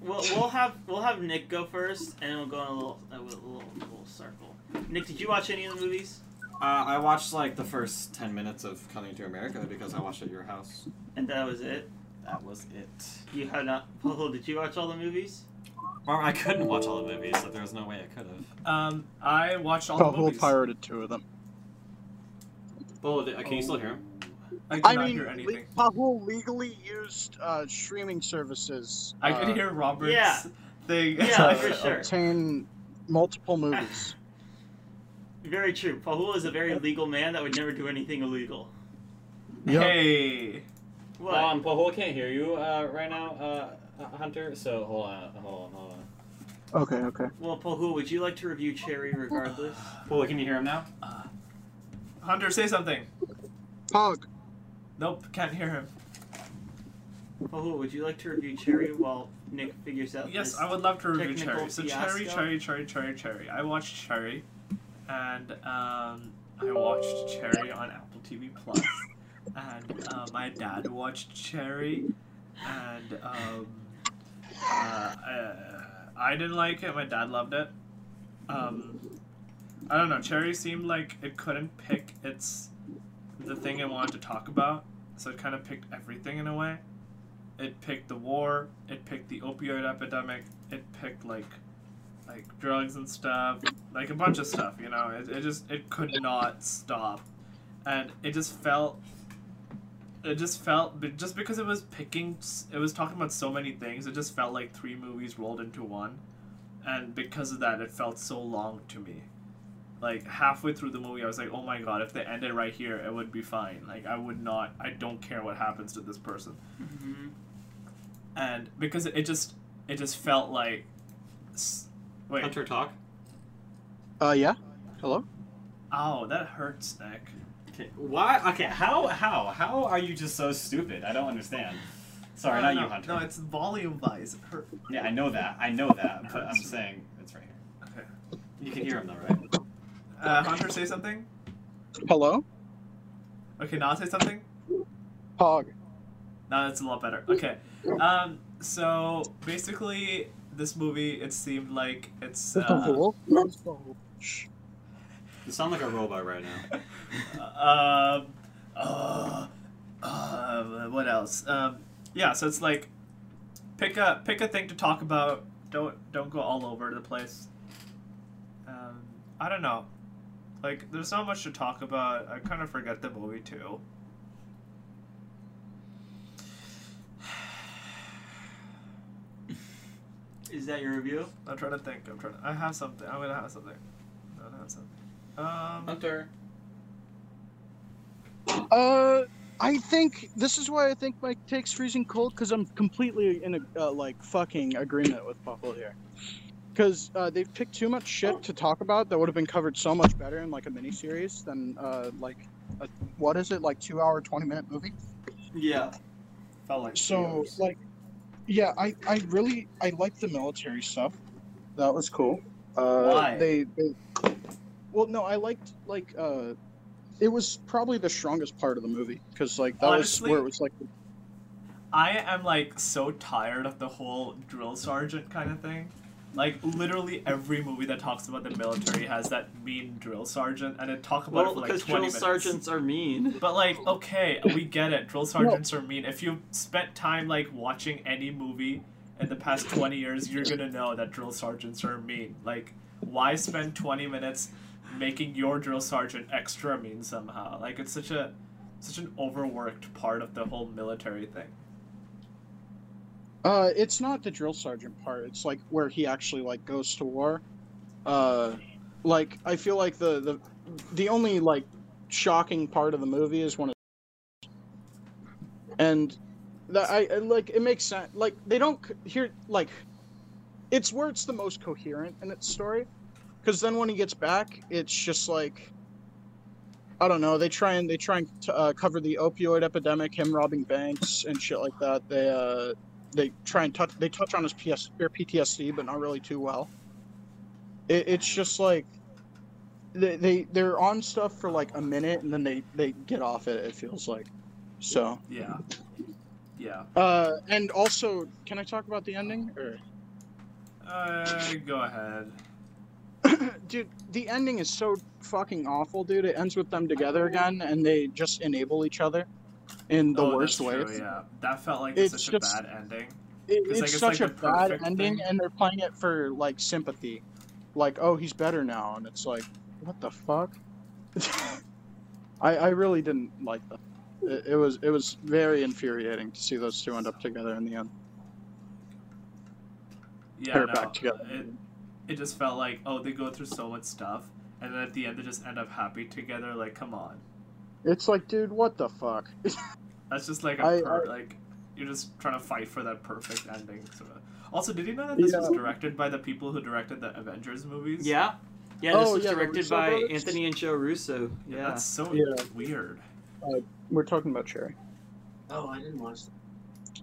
S1: We'll, we'll have we'll have Nick go first, and we'll go in a little a little, little circle. Nick, did you watch any of the movies?
S2: Uh, I watched like the first ten minutes of Coming to America because I watched it at your house.
S1: And that was it.
S2: That was it.
S1: You had not. Paul, did you watch all the movies?
S2: Or I couldn't watch all the movies, so there was no way I could have.
S3: um, I watched all
S5: The
S3: the
S5: whole
S3: movies.
S5: pirated two of them.
S2: Oh, can you still hear him?
S3: I did
S5: I
S3: not
S5: mean,
S3: hear anything.
S5: Le- Pahul legally used uh, streaming services.
S3: I
S5: uh,
S3: could hear Robert's
S1: yeah.
S3: thing.
S1: Yeah, for sure.
S5: obtain multiple movies.
S1: Very true. Pahul is a very legal man that would never do anything illegal.
S3: Hey,
S1: What?
S2: Um, Pahol can't hear you uh, right now, uh, uh, Hunter. So hold on, hold on, hold on.
S5: Okay, okay.
S1: well, Pahul, would you like to review Cherry regardless?
S2: Pahol, can you hear him now?
S3: Hunter, say something.
S5: Pog.
S3: Nope, can't hear him.
S1: Oh, would you like to review Cherry while Nick figures out?
S3: Yes,
S1: this?
S3: I would love to review
S1: technical
S3: Cherry. So Cherry,
S1: fiasco.
S3: Cherry, Cherry, Cherry, Cherry. I watched Cherry, and um, I watched Cherry on Apple TV Plus, and uh, my dad watched Cherry, and um, uh, uh, I didn't like it. My dad loved it. Um, I don't know. Cherry seemed like it couldn't pick its the thing it wanted to talk about, so it kind of picked everything in a way. It picked the war. It picked the opioid epidemic. It picked like, like drugs and stuff, like a bunch of stuff. You know, it, it just it could not stop, and it just felt. It just felt be- just because it was picking, s- it was talking about so many things. It just felt like three movies rolled into one, and because of that, it felt so long to me. Like halfway through the movie, I was like, "Oh my god! If they ended right here, it would be fine. Like I would not. I don't care what happens to this person."
S1: Mhm.
S3: and because it just it just felt like s- wait
S2: Hunter talk.
S5: Uh, yeah. Hello.
S3: oh that hurts nick
S4: Okay, why? Okay, how? How? How are you just so stupid? I don't understand. Sorry, not
S3: no, Uh,
S2: Uh,
S3: no,
S4: you, Hunter.
S3: no it's volume wise it hurt
S4: Yeah, I know that. I know that. But I'm
S3: Hurts.
S4: saying it's right here.
S3: okay
S2: You can hear him though, right?
S3: uh, hunter say something
S5: Hello.
S3: okay now say something
S5: Pog.
S3: No, that's a lot better. Okay. Um, so basically, this movie it seemed like it's uh,
S2: You sound like a robot right now.
S3: um, uh, uh, what else? Um, yeah, so it's like pick a pick a thing to talk about. Don't don't go all over the place. Um, I don't know. Like, there's not much to talk about. I kind of forget the movie too.
S1: Is that your review?
S3: I'm trying to think. I'm trying. To, I have something. I'm gonna have something. I'm gonna have something. Um,
S2: Hunter.
S5: Uh, I think this is why I think my take's freezing cold because I'm completely in a uh, like fucking agreement with Buffalo here. Because uh, they've picked too much shit to talk about that would have been covered so much better in like a miniseries than uh, like a, what is it like two hour twenty minute movie.
S2: Yeah.
S3: felt like
S5: So
S3: years.
S5: like, yeah, I I really I like the military stuff. That was cool. Uh,
S3: Why?
S5: They, they well no I liked like uh, it was probably the strongest part of the movie because like that
S3: Honestly-
S5: was where it was like
S3: I am like so tired of the whole drill sergeant kind of thing. Like literally every movie that talks about the military has that mean drill sergeant, and it talk about
S1: Well,
S3: it for like
S1: because
S3: twenty
S1: drill
S3: minutes.
S1: sergeants are mean.
S3: But like, okay, we get it. Drill sergeants are mean. If you spent time like watching any movie in the past twenty years, you're gonna know that drill sergeants are mean. Like, why spend twenty minutes making your drill sergeant extra mean somehow? Like, it's such a such an overworked part of the whole military thing.
S5: Uh, it's not the drill sergeant part. It's like where he actually like goes to war. Uh, like I feel like the the the only like shocking part of the movie is when it and that I I- like it makes sense. Like they don't c- here like it's where it's the most coherent in its story because then when he gets back, it's just like. I don't know. They try and they try and t- uh, cover the opioid epidemic, him robbing banks and shit like that. They uh, they try and touch they touch on his PS or PTSD, but not really too well. It, it's just like they, they they're on stuff for like a minute and then they they get off it. It feels like so.
S3: Yeah. Yeah.
S5: Uh, and also, can I talk about the ending? Or
S3: Uh, go ahead.
S5: dude, the ending is so fucking awful, dude. It ends with them together again, and they just enable each other in the
S3: Oh,
S5: worst
S3: that's
S5: way.
S3: true, yeah, that felt like it's
S5: It's
S3: such
S5: just-
S3: a bad ending.
S5: It,
S3: It's
S5: it's
S3: like- it's
S5: such
S3: like the
S5: a bad
S3: perfect
S5: ending,
S3: thing.
S5: and they're playing it for like sympathy, like oh he's better now, and it's like what the fuck. I I really didn't like that. It, it was it was very infuriating to see those two end up together in the end.
S3: Yeah,
S5: They're
S3: no,
S5: back together.
S3: It, it just felt like oh they go through so much stuff and then at the end they just end up happy together. Like come on,
S5: It's like dude, what the fuck?
S3: that's just like a
S5: I-
S3: per- like you're just trying to fight for that perfect ending. Sort of. Also, did you know that this was
S5: Yeah.
S3: directed by the people who directed the Avengers movies?
S1: Yeah. Yeah, this
S5: Oh,
S1: was
S5: yeah, the
S1: directed
S5: Russo
S1: by
S5: brothers?
S1: Anthony and Joe Russo.
S3: Yeah,
S1: Yeah.
S3: that's so
S5: Yeah.
S3: weird.
S5: We're talking about Cherry.
S6: Oh, I didn't watch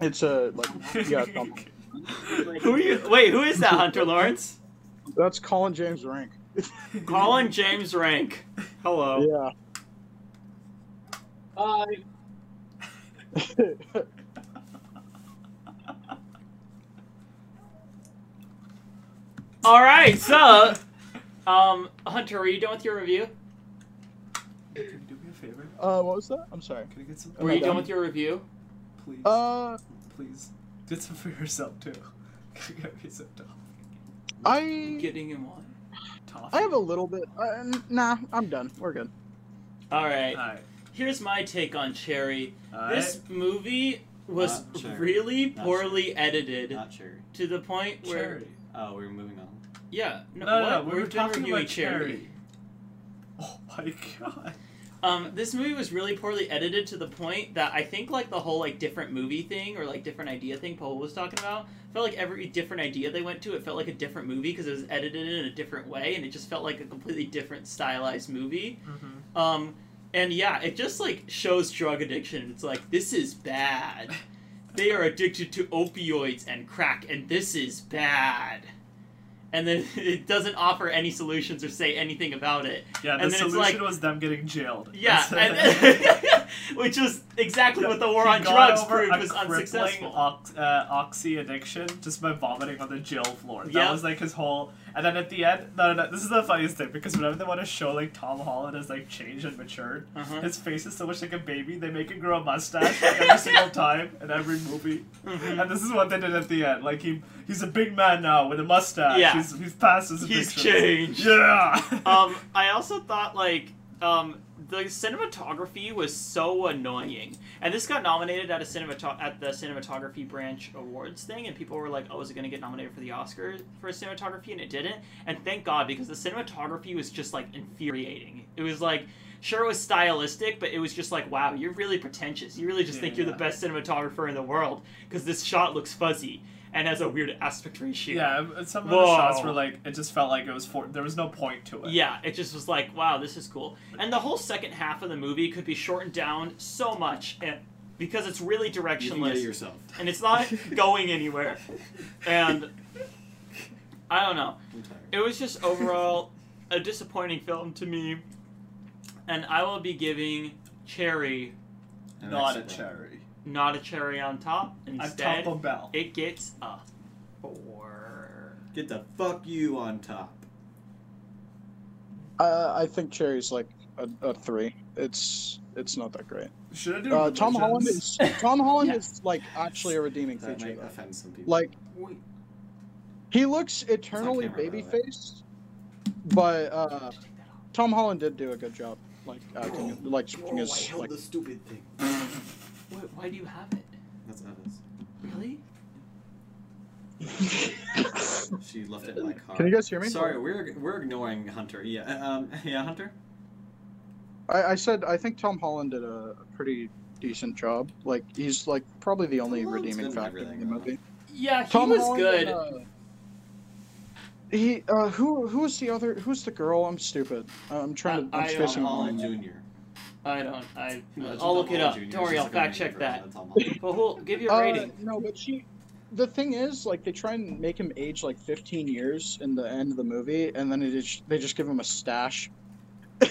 S5: It's a like yeah. it's on-
S6: that.
S1: Who are you? Wait, who is that, Hunter Lawrence?
S5: That's Colin James Rank.
S1: Colin James Rank.
S3: Oh.
S1: Hello.
S5: Yeah.
S6: Bye.
S1: All right, so, um, Hunter, are you done with your review?
S3: Can you do me a favor?
S5: uh, what was that? I'm sorry.
S3: Can I get some?
S1: Were you
S5: done.
S1: done with your review?
S3: Please,
S5: Uh,
S3: please, get some for yourself too. Can you get me some toffee?
S5: I
S1: Getting in one.
S3: Toffee.
S5: I have a little bit. Uh, n- nah, I'm done. We're good.
S1: All right.
S3: Alright.
S1: Here's my take on Cherry.
S3: Alright.
S1: This movie was
S2: Not Cherry.
S1: really
S2: Not
S1: poorly edited
S2: Not cherry.
S1: to the point where
S3: cherry.
S2: Oh, we're moving on.
S1: yeah, no,
S3: No, no,
S1: what?
S3: no, we
S1: We're
S3: were
S1: done
S3: talking
S1: reviewing
S3: about cherry. Oh my god.
S1: Um, this movie was really poorly edited to the point that I think like the whole like different movie thing or like different idea thing Paul was talking about felt like every different idea they went to it felt like a different movie because it was edited in a different way and it just felt like a completely different stylized movie. Um, and yeah, it just like shows drug addiction. It's like this is bad. They are addicted to opioids and crack, and this is bad. And then it doesn't offer any solutions or say anything about it.
S3: Yeah,
S1: And
S3: the
S1: then it's
S3: solution
S1: like-
S3: was them getting jailed.
S1: Yeah,
S3: That's it.
S1: and, which is exactly what the war
S3: He
S1: on
S3: got
S1: drugs
S3: over
S1: proved
S3: a
S1: was
S3: crippling
S1: unsuccessful.
S3: Ox- uh, oxy addiction just by vomiting on the jail floor.
S1: Yeah.
S3: That was like his whole. And then at the end, no, no, no, this is the funniest thing because whenever they want to show like Tom Holland has like changed and matured,
S1: Uh-huh.
S3: his face is so much like a baby. They make him grow a mustache like, every single time in every movie.
S1: Mhm.
S3: And this is what they did at the end. Like he, he's a big man now with a mustache.
S1: Yeah.
S3: he's, he's past his
S1: He's
S3: addictions.
S1: changed.
S3: Yeah.
S1: um, I also thought like um, the cinematography was so annoying, and this got nominated at a cinematog at the cinematography branch awards thing, and people were like, "Oh, is it going to get nominated for the Oscar for cinematography?" And it didn't, and thank God because the cinematography was just like infuriating. It was like. Sure, it was stylistic, but it was just like, wow, you're really pretentious. You really just think you're the
S3: Yeah.
S1: best cinematographer in the world because this shot looks fuzzy and has a weird aspect ratio.
S3: Yeah, and some of
S1: Whoa.
S3: the shots were like it just felt like it was for there was no point to it.
S1: Yeah, it just was like, wow, this is cool. And the whole second half of the movie could be shortened down so much and, because it's really
S2: You can get it
S1: directionless
S2: yourself.
S1: and it's not going anywhere. And I don't know.
S2: I'm tired.
S1: It was just overall a disappointing film to me. And I will be giving Cherry
S2: And
S3: not a
S2: that's it.
S3: cherry.
S1: not a cherry on top.
S3: A
S1: Instead,
S3: Taco Bell.
S1: it gets a four.
S2: Get the fuck you on top.
S5: Uh, I think Cherry's like a, a three. It's it's not that great.
S3: Should I do
S5: Uh, Tom Holland
S3: religions?
S5: is Tom Holland
S1: Yeah.
S5: is like actually a redeeming
S2: That
S5: feature.
S2: might
S5: Though.
S2: offend some people.
S5: Like he looks eternally
S2: camera, by the
S5: baby
S2: way.
S5: faced, but uh, Tom Holland did do a good job, like acting, like
S2: Whoa,
S6: Oh,
S5: switching his like.
S2: stupid thing.
S1: Why, why do you have it?
S2: That's Eva's.
S1: Really?
S2: She left it in my car.
S5: Can you guys hear me?
S2: Sorry, we're we're ignoring Hunter. Yeah, um, yeah, Hunter.
S5: I, I said I think Tom Holland did a pretty decent job. Like he's like probably the only
S2: Holland's
S5: redeeming
S2: good in
S5: factor in
S2: everything,
S5: the
S2: though.
S5: movie.
S1: Yeah, he
S5: Tom
S1: was
S5: Holland
S1: good.
S5: and, uh, he uh, who who was the other who's the girl? I'm stupid. I'm trying to.
S1: I- I
S5: I'm
S1: um, don't
S5: spacing
S2: Tom
S5: out my
S2: Holland
S5: name.
S2: Junior.
S1: I don't. I,
S2: Imagine
S1: I'll
S2: Tom
S1: look it
S2: Holland
S1: up.
S2: Jr. is
S1: Don't worry,
S2: just
S1: I'll
S2: like a
S1: fact check
S2: mini
S1: that.
S2: version of Tom Holland.
S1: Bahul, give your
S5: Uh,
S1: rating.
S5: no, but she. The thing is, like, they try and make him age like 15 years in the end of the movie, and then it is, they just give him a stash.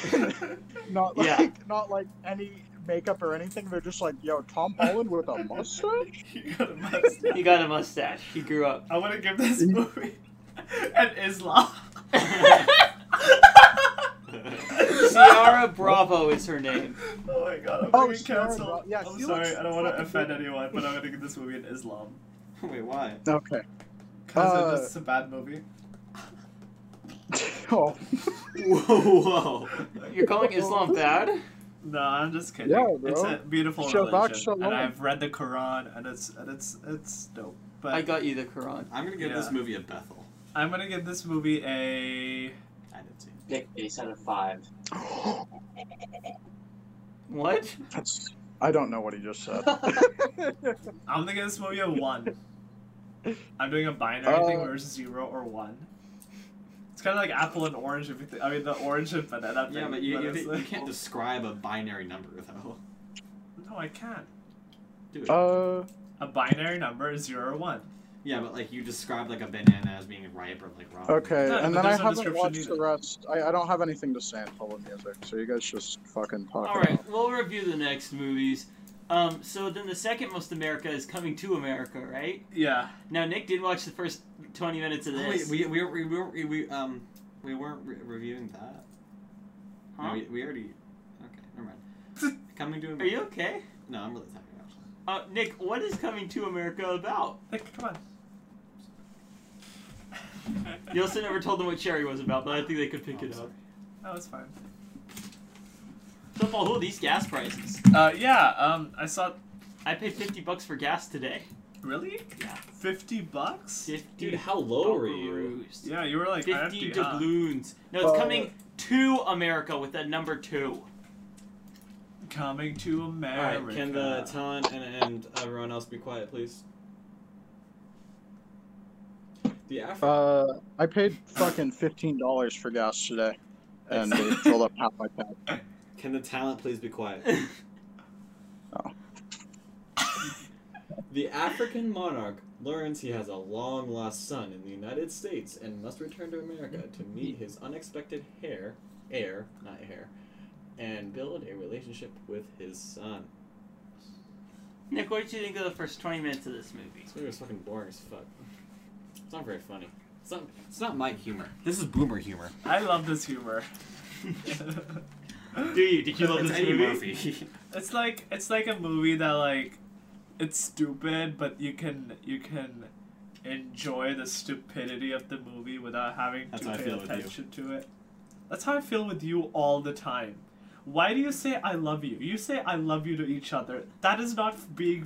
S5: not like,
S1: Yeah.
S5: not like any makeup or anything. They're just like, yo, Tom Holland with a mustache.
S3: You got a mustache.
S1: He got a mustache. He grew up.
S3: I want to give this movie an Islam.
S1: Ciara Bravo is her name.
S3: Oh my god, I'm
S5: Oh,
S3: gonna
S5: Sarah
S3: cancel.
S5: Bra- yeah,
S3: I'm
S5: she
S3: sorry,
S5: looks
S3: I don't want to
S5: fucking
S3: offend
S5: good.
S3: anyone, but I'm gonna give this movie an Islam.
S2: Wait, why?
S5: Okay.
S3: Because
S5: Uh,
S3: it's a bad movie.
S5: Oh,
S2: Whoa, whoa.
S1: You're calling Islam bad?
S3: No, I'm just kidding.
S5: Yeah, bro.
S3: It's a beautiful
S5: Shabbat
S3: religion,
S5: shalom.
S3: and I've read the Quran, and it's and it's it's dope. But
S1: I got you the Quran.
S2: I'm gonna give
S3: Yeah.
S2: this movie a Bethel.
S3: I'm gonna give this movie a.
S2: I did too.
S6: Nick Face out of five.
S1: What?
S5: that's. I don't know what he just said.
S3: I'm gonna give this movie a one. I'm doing a binary thing
S5: Uh,
S3: where it's zero or one. It's kind of like apple and orange. If you think, I mean, the orange and banana.
S2: Yeah,
S3: thing,
S2: but you, you,
S3: it's
S2: you
S3: like- oh,
S2: can't describe a binary number though.
S3: No, I can't.
S2: Do it.
S5: Uh,
S3: A binary number is zero or one.
S2: yeah, but like you described like a banana as being ripe or like raw.
S5: okay,
S3: No,
S5: and
S3: but
S5: then I
S3: there's no
S5: haven't
S3: description
S5: watched
S3: either.
S5: the rest. I, I don't have anything to say in Polo Music, so you guys just fucking talk.
S1: All
S5: it
S1: right, we'll review the next movies. Um, so then the second most America is coming to America, right?
S3: Yeah.
S1: Now Nick did watch the first twenty minutes of
S2: Oh,
S1: this.
S2: wait, we we we we, we um we weren't re- reviewing that.
S1: Huh?
S2: No, we, we already. Okay, never mind. Coming to
S1: Are
S2: America.
S1: you okay?
S2: No, I'm really tired. Actually.
S1: Uh, Nick, what is Coming to America about?
S3: Nick, come on.
S1: You also never told them what Cherry was about, but I think they could pick it up.
S3: That was fine.
S1: Football, who are these gas prices?
S3: Uh, yeah. Um, I saw.
S1: I paid fifty bucks for gas today.
S3: Really?
S1: Yeah.
S3: Fifty bucks?
S1: Fifty.
S4: Dude, how low were you?
S1: buckaroos.
S3: Yeah, you were like I have
S1: Fifty
S3: to- huh?
S1: doubloons. No, it's
S5: Uh,
S1: coming to America with that number two.
S3: coming to
S2: All
S3: America.
S2: right, can the talent and, and everyone else be quiet, please? The Afro.
S5: Uh, I paid fucking fifteen dollars for gas today, and they filled up half my tank.
S2: Can the talent please be quiet? The African monarch learns he has a long lost son in the United States and must return to America to meet his unexpected heir, heir, not hair, and build a relationship with his son.
S1: Nick, what did you think of the first twenty minutes of this movie?
S2: This movie was fucking boring as fuck. It's not very funny. It's not, it's not my humor. This is boomer humor.
S3: I love this humor.
S1: Do you? Did you love
S2: It's
S1: this
S2: Eddie
S1: movie?
S2: Murphy.
S3: it's like it's like a movie that like it's stupid, but you can you can enjoy the stupidity of the movie without having
S4: That's
S3: to
S4: how I
S3: pay
S4: feel with you.
S3: attention to it. That's how I feel with you all the time. Why do you say I love you? You say I love you to each other. That is not being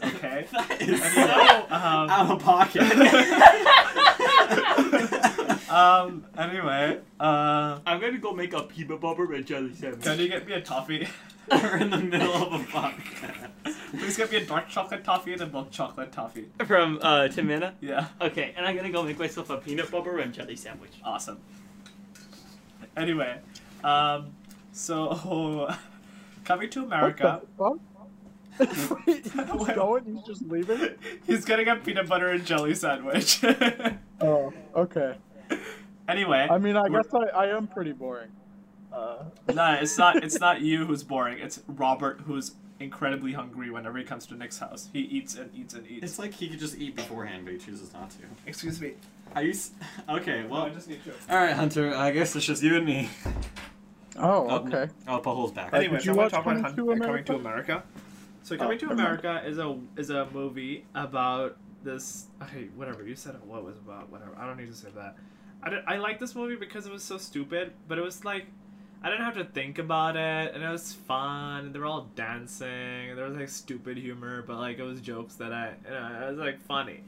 S3: okay?
S2: that is
S3: Anyway,
S2: so
S3: um,
S2: out of pocket.
S3: um anyway, uh
S1: I'm gonna go make a peanut butter and jelly sandwich.
S3: can you get me a toffee?
S2: We're in the middle of a podcast.
S3: Please get me a dark chocolate toffee and a milk chocolate toffee.
S1: From uh, Timina.
S3: Yeah,
S1: Okay, and I'm gonna go make myself a peanut butter and jelly sandwich.
S3: awesome. Anyway, um, so coming to
S5: What
S3: America,
S5: the fuck? Wait, you just going? He's just leaving?
S3: he's getting a peanut butter and jelly sandwich.
S5: Oh, okay.
S3: anyway,
S5: I mean, I
S3: We're-
S5: guess I, I am pretty boring. Uh,
S3: no, it's not. It's not you who's boring. It's Robert who's incredibly hungry whenever he comes to Nick's house. He eats and eats and eats.
S2: It's like he could just eat beforehand, but he chooses not to.
S3: Excuse me.
S2: Are you? S- okay,
S3: Well, I
S2: well.
S3: just need to.
S2: All right, Hunter. I guess it's just you and me.
S5: oh,
S2: Oh,
S5: okay.
S2: Oh, Pahol's back.
S3: Anyway,
S5: did you
S3: so I'm gonna
S5: watch
S3: talk about
S5: Coming
S3: Hun-
S5: to
S3: uh, Coming to America. So Coming to
S5: Oh, never mind.
S3: America is a is a movie about this. Okay, whatever you said, what it was about whatever. I don't need to say that. I did, I like this movie because it was so stupid, but it was like I didn't have to think about it, and it was fun. And they were all dancing. And there was like stupid humor, but like it was jokes that I you know it was like funny,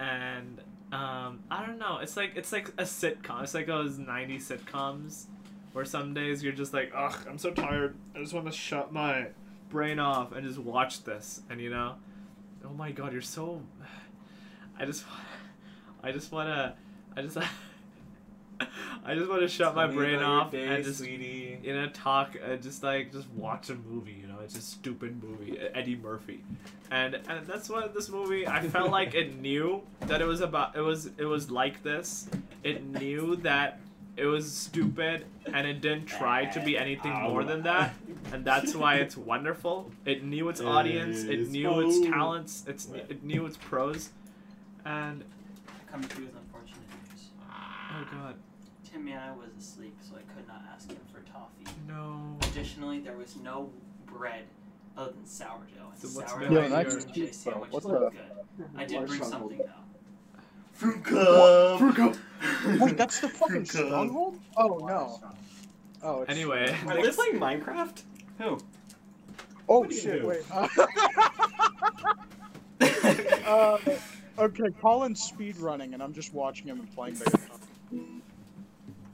S3: and. Um, I don't know. It's like it's like a sitcom. It's like those '90s sitcoms or some days you're just like, ugh, I'm so tired. I just want to shut my brain off and just watch this. And you know, oh my god, you're so. I just, I just wanna, I just, I just wanna shut my brain off and just
S2: sweetie.
S3: you know talk uh, just like just watch a movie you know it's a stupid movie uh, eddie murphy and and that's what this movie i felt like it knew that it was about it was it was like this it knew that it was stupid and it didn't try to be anything more than that and that's why it's wonderful it knew its audience it knew its talents it's it knew its pros and
S1: Coming to is unfortunate news.
S3: oh god
S1: Timina was asleep, so I could not ask him for toffee.
S3: no
S1: Additionally, there was no bread other than sourdough. And
S3: So what's
S1: sourdough
S3: been Yeah,
S1: and
S3: that's
S1: macaroni and
S5: cheap,
S1: cheese sandwich
S5: though.
S1: is
S5: What
S1: not good. I did bring something though.
S2: Fruit cup.
S5: Wait, that's the fucking stronghold? Oh, no. Oh, it's-
S3: anyway
S2: Are they playing Minecraft?
S5: Oh,
S2: What do you
S5: shit,
S2: do?
S5: wait. Uh, uh, okay, Colin's speed running, and I'm just watching him and playing video games.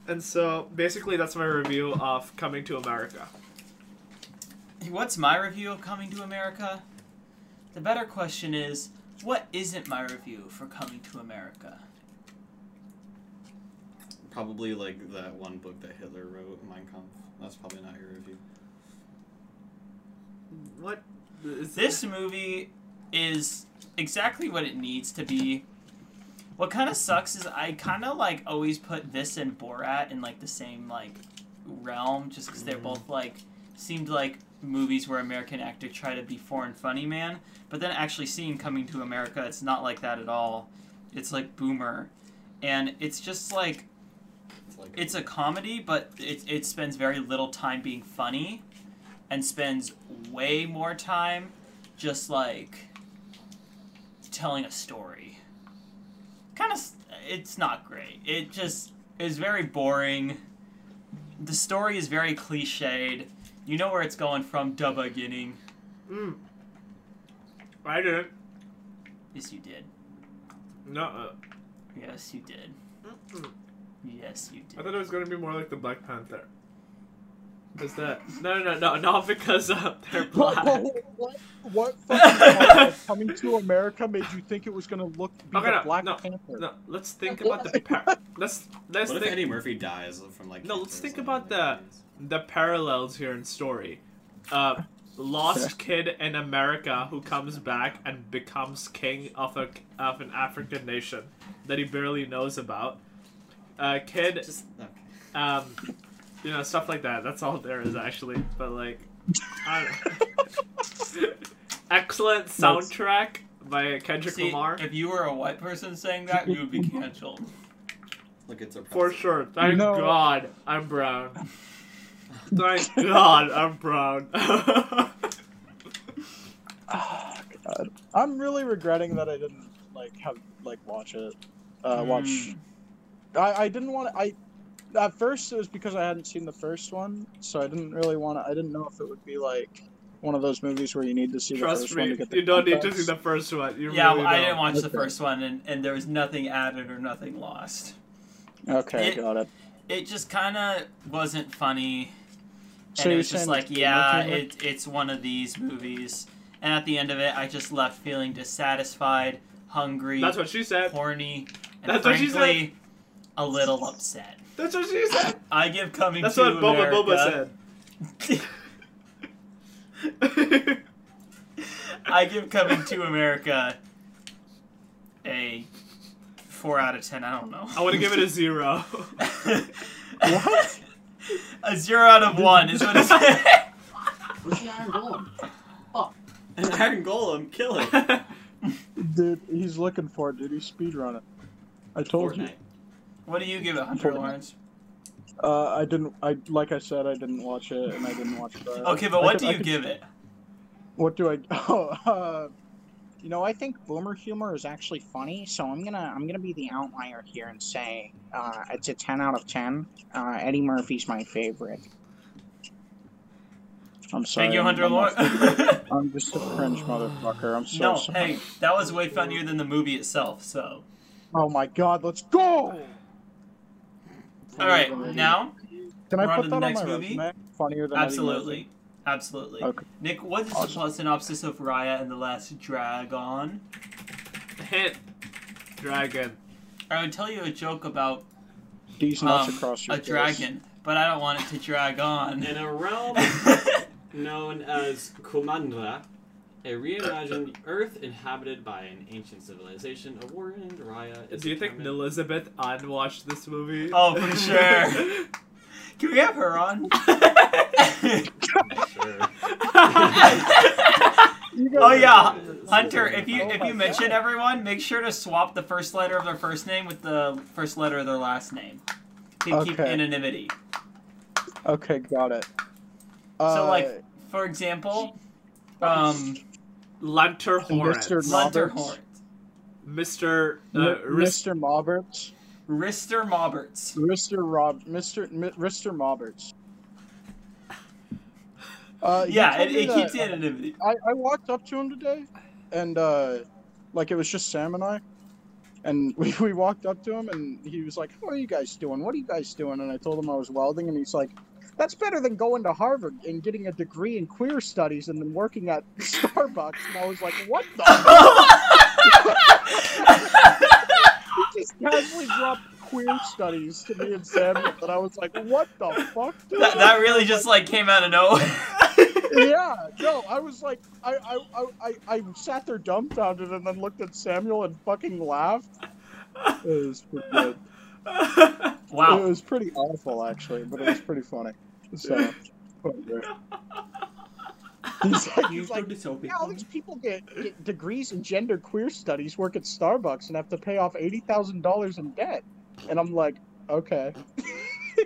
S3: And so basically, that's my review of Coming to America.
S1: What's my review of Coming to America? The better question is, what isn't my review for Coming to America?
S2: Probably like that one book that Hitler wrote, Mein Kampf. That's probably not your review.
S3: what is
S1: This movie is exactly what it needs to be. What kind of sucks is I kind of like always put this and Borat in like the same like realm just because
S2: Mm-hmm.
S1: they're both like seemed like movies where American actor try to be foreign funny man, but then actually seeing Coming to America, it's not like that at all. It's like Boomer, and it's just like
S2: It's like
S1: it's a comedy, but it, it spends very little time being funny and spends way more time just like telling a story. Kind of, it's not great. It just is very boring. The story is very cliched. You know where it's going from the beginning.
S3: Mm. I didn't.
S1: Yes, you did.
S3: No, uh,
S1: Yes, you did.
S3: mm-mm.
S1: Yes, you
S3: I
S1: did.
S3: thought it was gonna be more like the Black Panther. Is that no, no, no, not because uh, they're black.
S5: What, what, what fucking part of coming to America made you think it was gonna look be
S3: Okay,
S5: the
S3: no,
S5: Black
S3: no,
S5: Panther?
S3: No, let's think about the par- let's let's
S4: What if
S3: think
S4: Eddie Murphy dies from like?
S3: No, let's
S4: cancer or
S3: think
S4: something
S3: about
S4: like
S3: the- the parallels here in story. Uh, lost kid in America who comes back and becomes king of a of an African nation that he barely knows about. Uh, kid,
S4: Just okay.
S3: um, you know, stuff like that. That's all there is actually. But like, I don't excellent soundtrack by Kendrick
S1: See,
S3: Lamar
S1: if you were a white person saying that, you would be canceled.
S4: Look, it's a
S3: for sure. Thank
S5: No.
S3: God I'm brown. Thank God I'm brown.
S5: Ah, God. I'm really regretting that I didn't like have like watch it. Uh,
S3: Hmm.
S5: Watch.
S1: Mm.
S5: I, I didn't want to. I at first it was because I hadn't seen the first one, so I didn't really want to. I didn't know if it would be like one of those movies where you need to see the
S3: Trust
S5: first one to
S3: me,
S5: get the
S3: you don't need to see
S5: context.
S3: the first one. You
S1: yeah,
S3: really
S1: well, I
S3: don't.
S1: didn't watch the
S5: Okay.
S1: first one, and, and there was nothing added or nothing lost.
S5: Okay,
S1: It-
S5: got it.
S1: It just kind of wasn't funny, and
S5: So
S1: it
S5: you're
S1: was just
S5: saying
S1: like,
S5: it's
S1: yeah,
S5: Boomer?
S1: it, it's one of these movies. And at the end of it, I just left feeling dissatisfied, hungry,
S3: That's what she said.
S1: horny, and
S3: That's what she
S1: frankly,
S3: said.
S1: a little upset.
S3: That's what she said.
S1: I give coming
S3: That's
S1: to
S3: what Boba
S1: America.
S3: Boba said.
S1: I give coming to America a four out of ten. I don't know.
S3: I want to give it a zero.
S1: what? A zero out of one is what it said.
S6: Where's the iron golem?
S4: An iron golem, kill it.
S5: Dude, he's looking for it, dude. He's speedrunning. I told you.
S4: Fortnite.
S1: What do you give it, Hunter
S5: Fortnite.
S1: Lawrence?
S5: Uh, I didn't. I like I said, I didn't watch it, and I didn't watch that.
S1: Okay, but
S5: I
S1: what
S5: could-
S1: do
S5: I
S1: you
S5: could-
S1: give it?
S5: What do I? Oh, uh, you know, I think boomer humor is actually funny, so I'm gonna I'm gonna be the outlier here and say uh, it's a ten out of ten. Uh, Eddie Murphy's my favorite. I'm sorry.
S1: Thank you,
S5: I'm-
S1: Hunter
S5: I'm,
S1: Lawrence.
S5: a- I'm just a cringe motherfucker. I'm so
S1: no,
S5: sorry.
S1: hey, that was way funnier than the movie itself. So,
S5: Oh my god, let's go!
S1: all right, now
S5: Can
S1: We're on
S5: I put
S1: to
S5: that
S1: the
S5: on
S1: next
S5: my
S1: movie?
S5: resume? Funnier than Eddie Murphy.
S1: absolutely, absolutely.
S5: Okay.
S1: Nick, what is the
S5: Awesome.
S1: plot synopsis of Raya and the Last Dragon?
S3: Hit dragon.
S1: I would tell you a joke about
S5: These nuts
S1: um,
S5: across your
S1: a
S5: face.
S1: dragon, but I don't want it to drag on.
S2: In a realm known as Kumandra, a reimagined Earth inhabited by an ancient civilization, a warrior named Raya. Is
S3: Do you think
S2: determined-
S3: Elizabeth Ann watched this movie?
S1: Oh, for sure. Can we have her on?
S2: Sure.
S5: You
S1: Oh
S5: guys are
S1: yeah,
S2: Yes.
S1: Hunter. If you
S5: Oh
S1: if
S5: my
S1: you mention
S5: God.
S1: everyone, make sure to swap the first letter of their first name with the first letter of their last name to keep
S5: Okay.
S1: anonymity.
S5: Okay, got it. Uh,
S1: So, like, uh, For example, um,
S3: Lunter
S5: Mr.
S3: Horrence.
S5: Mob-
S1: Lunter
S5: Roberts?
S1: Horn,
S3: Mr.
S5: Mi-
S3: Uh, Ris-
S5: Mr. Mobberts,
S1: Rister Mobberts.
S5: Mr. Rob, Mr. Mi- Mr. Mobberts. Uh, he
S1: Yeah,
S5: told
S1: it,
S5: me
S1: it
S5: that-
S1: keeps the anonymity.
S5: I, I walked up to him today, and uh, like it was just Sam and I, and we, we walked up to him, and he was like, "How are you guys doing? What are you guys doing?" And I told him I was welding, and he's like, "That's better than going to Harvard and getting a degree in queer studies and then working at Starbucks." And I was like, "What the?" he just casually dropped queer studies to me and Sam, and I was like, "What the fuck?" Dude?
S1: That, that really just like came out of nowhere.
S5: yeah, no, I was like, I, I, I, I, I sat there dumbfounded and then looked at Samuel and fucking laughed. It was pretty good. It
S1: Wow.
S5: was pretty awful, actually, but it was pretty funny. So, whatever. he's like, he's like yeah, all these people get, get degrees in gender queer studies, work at Starbucks, and have to pay off eighty thousand dollars in debt. And I'm like, okay.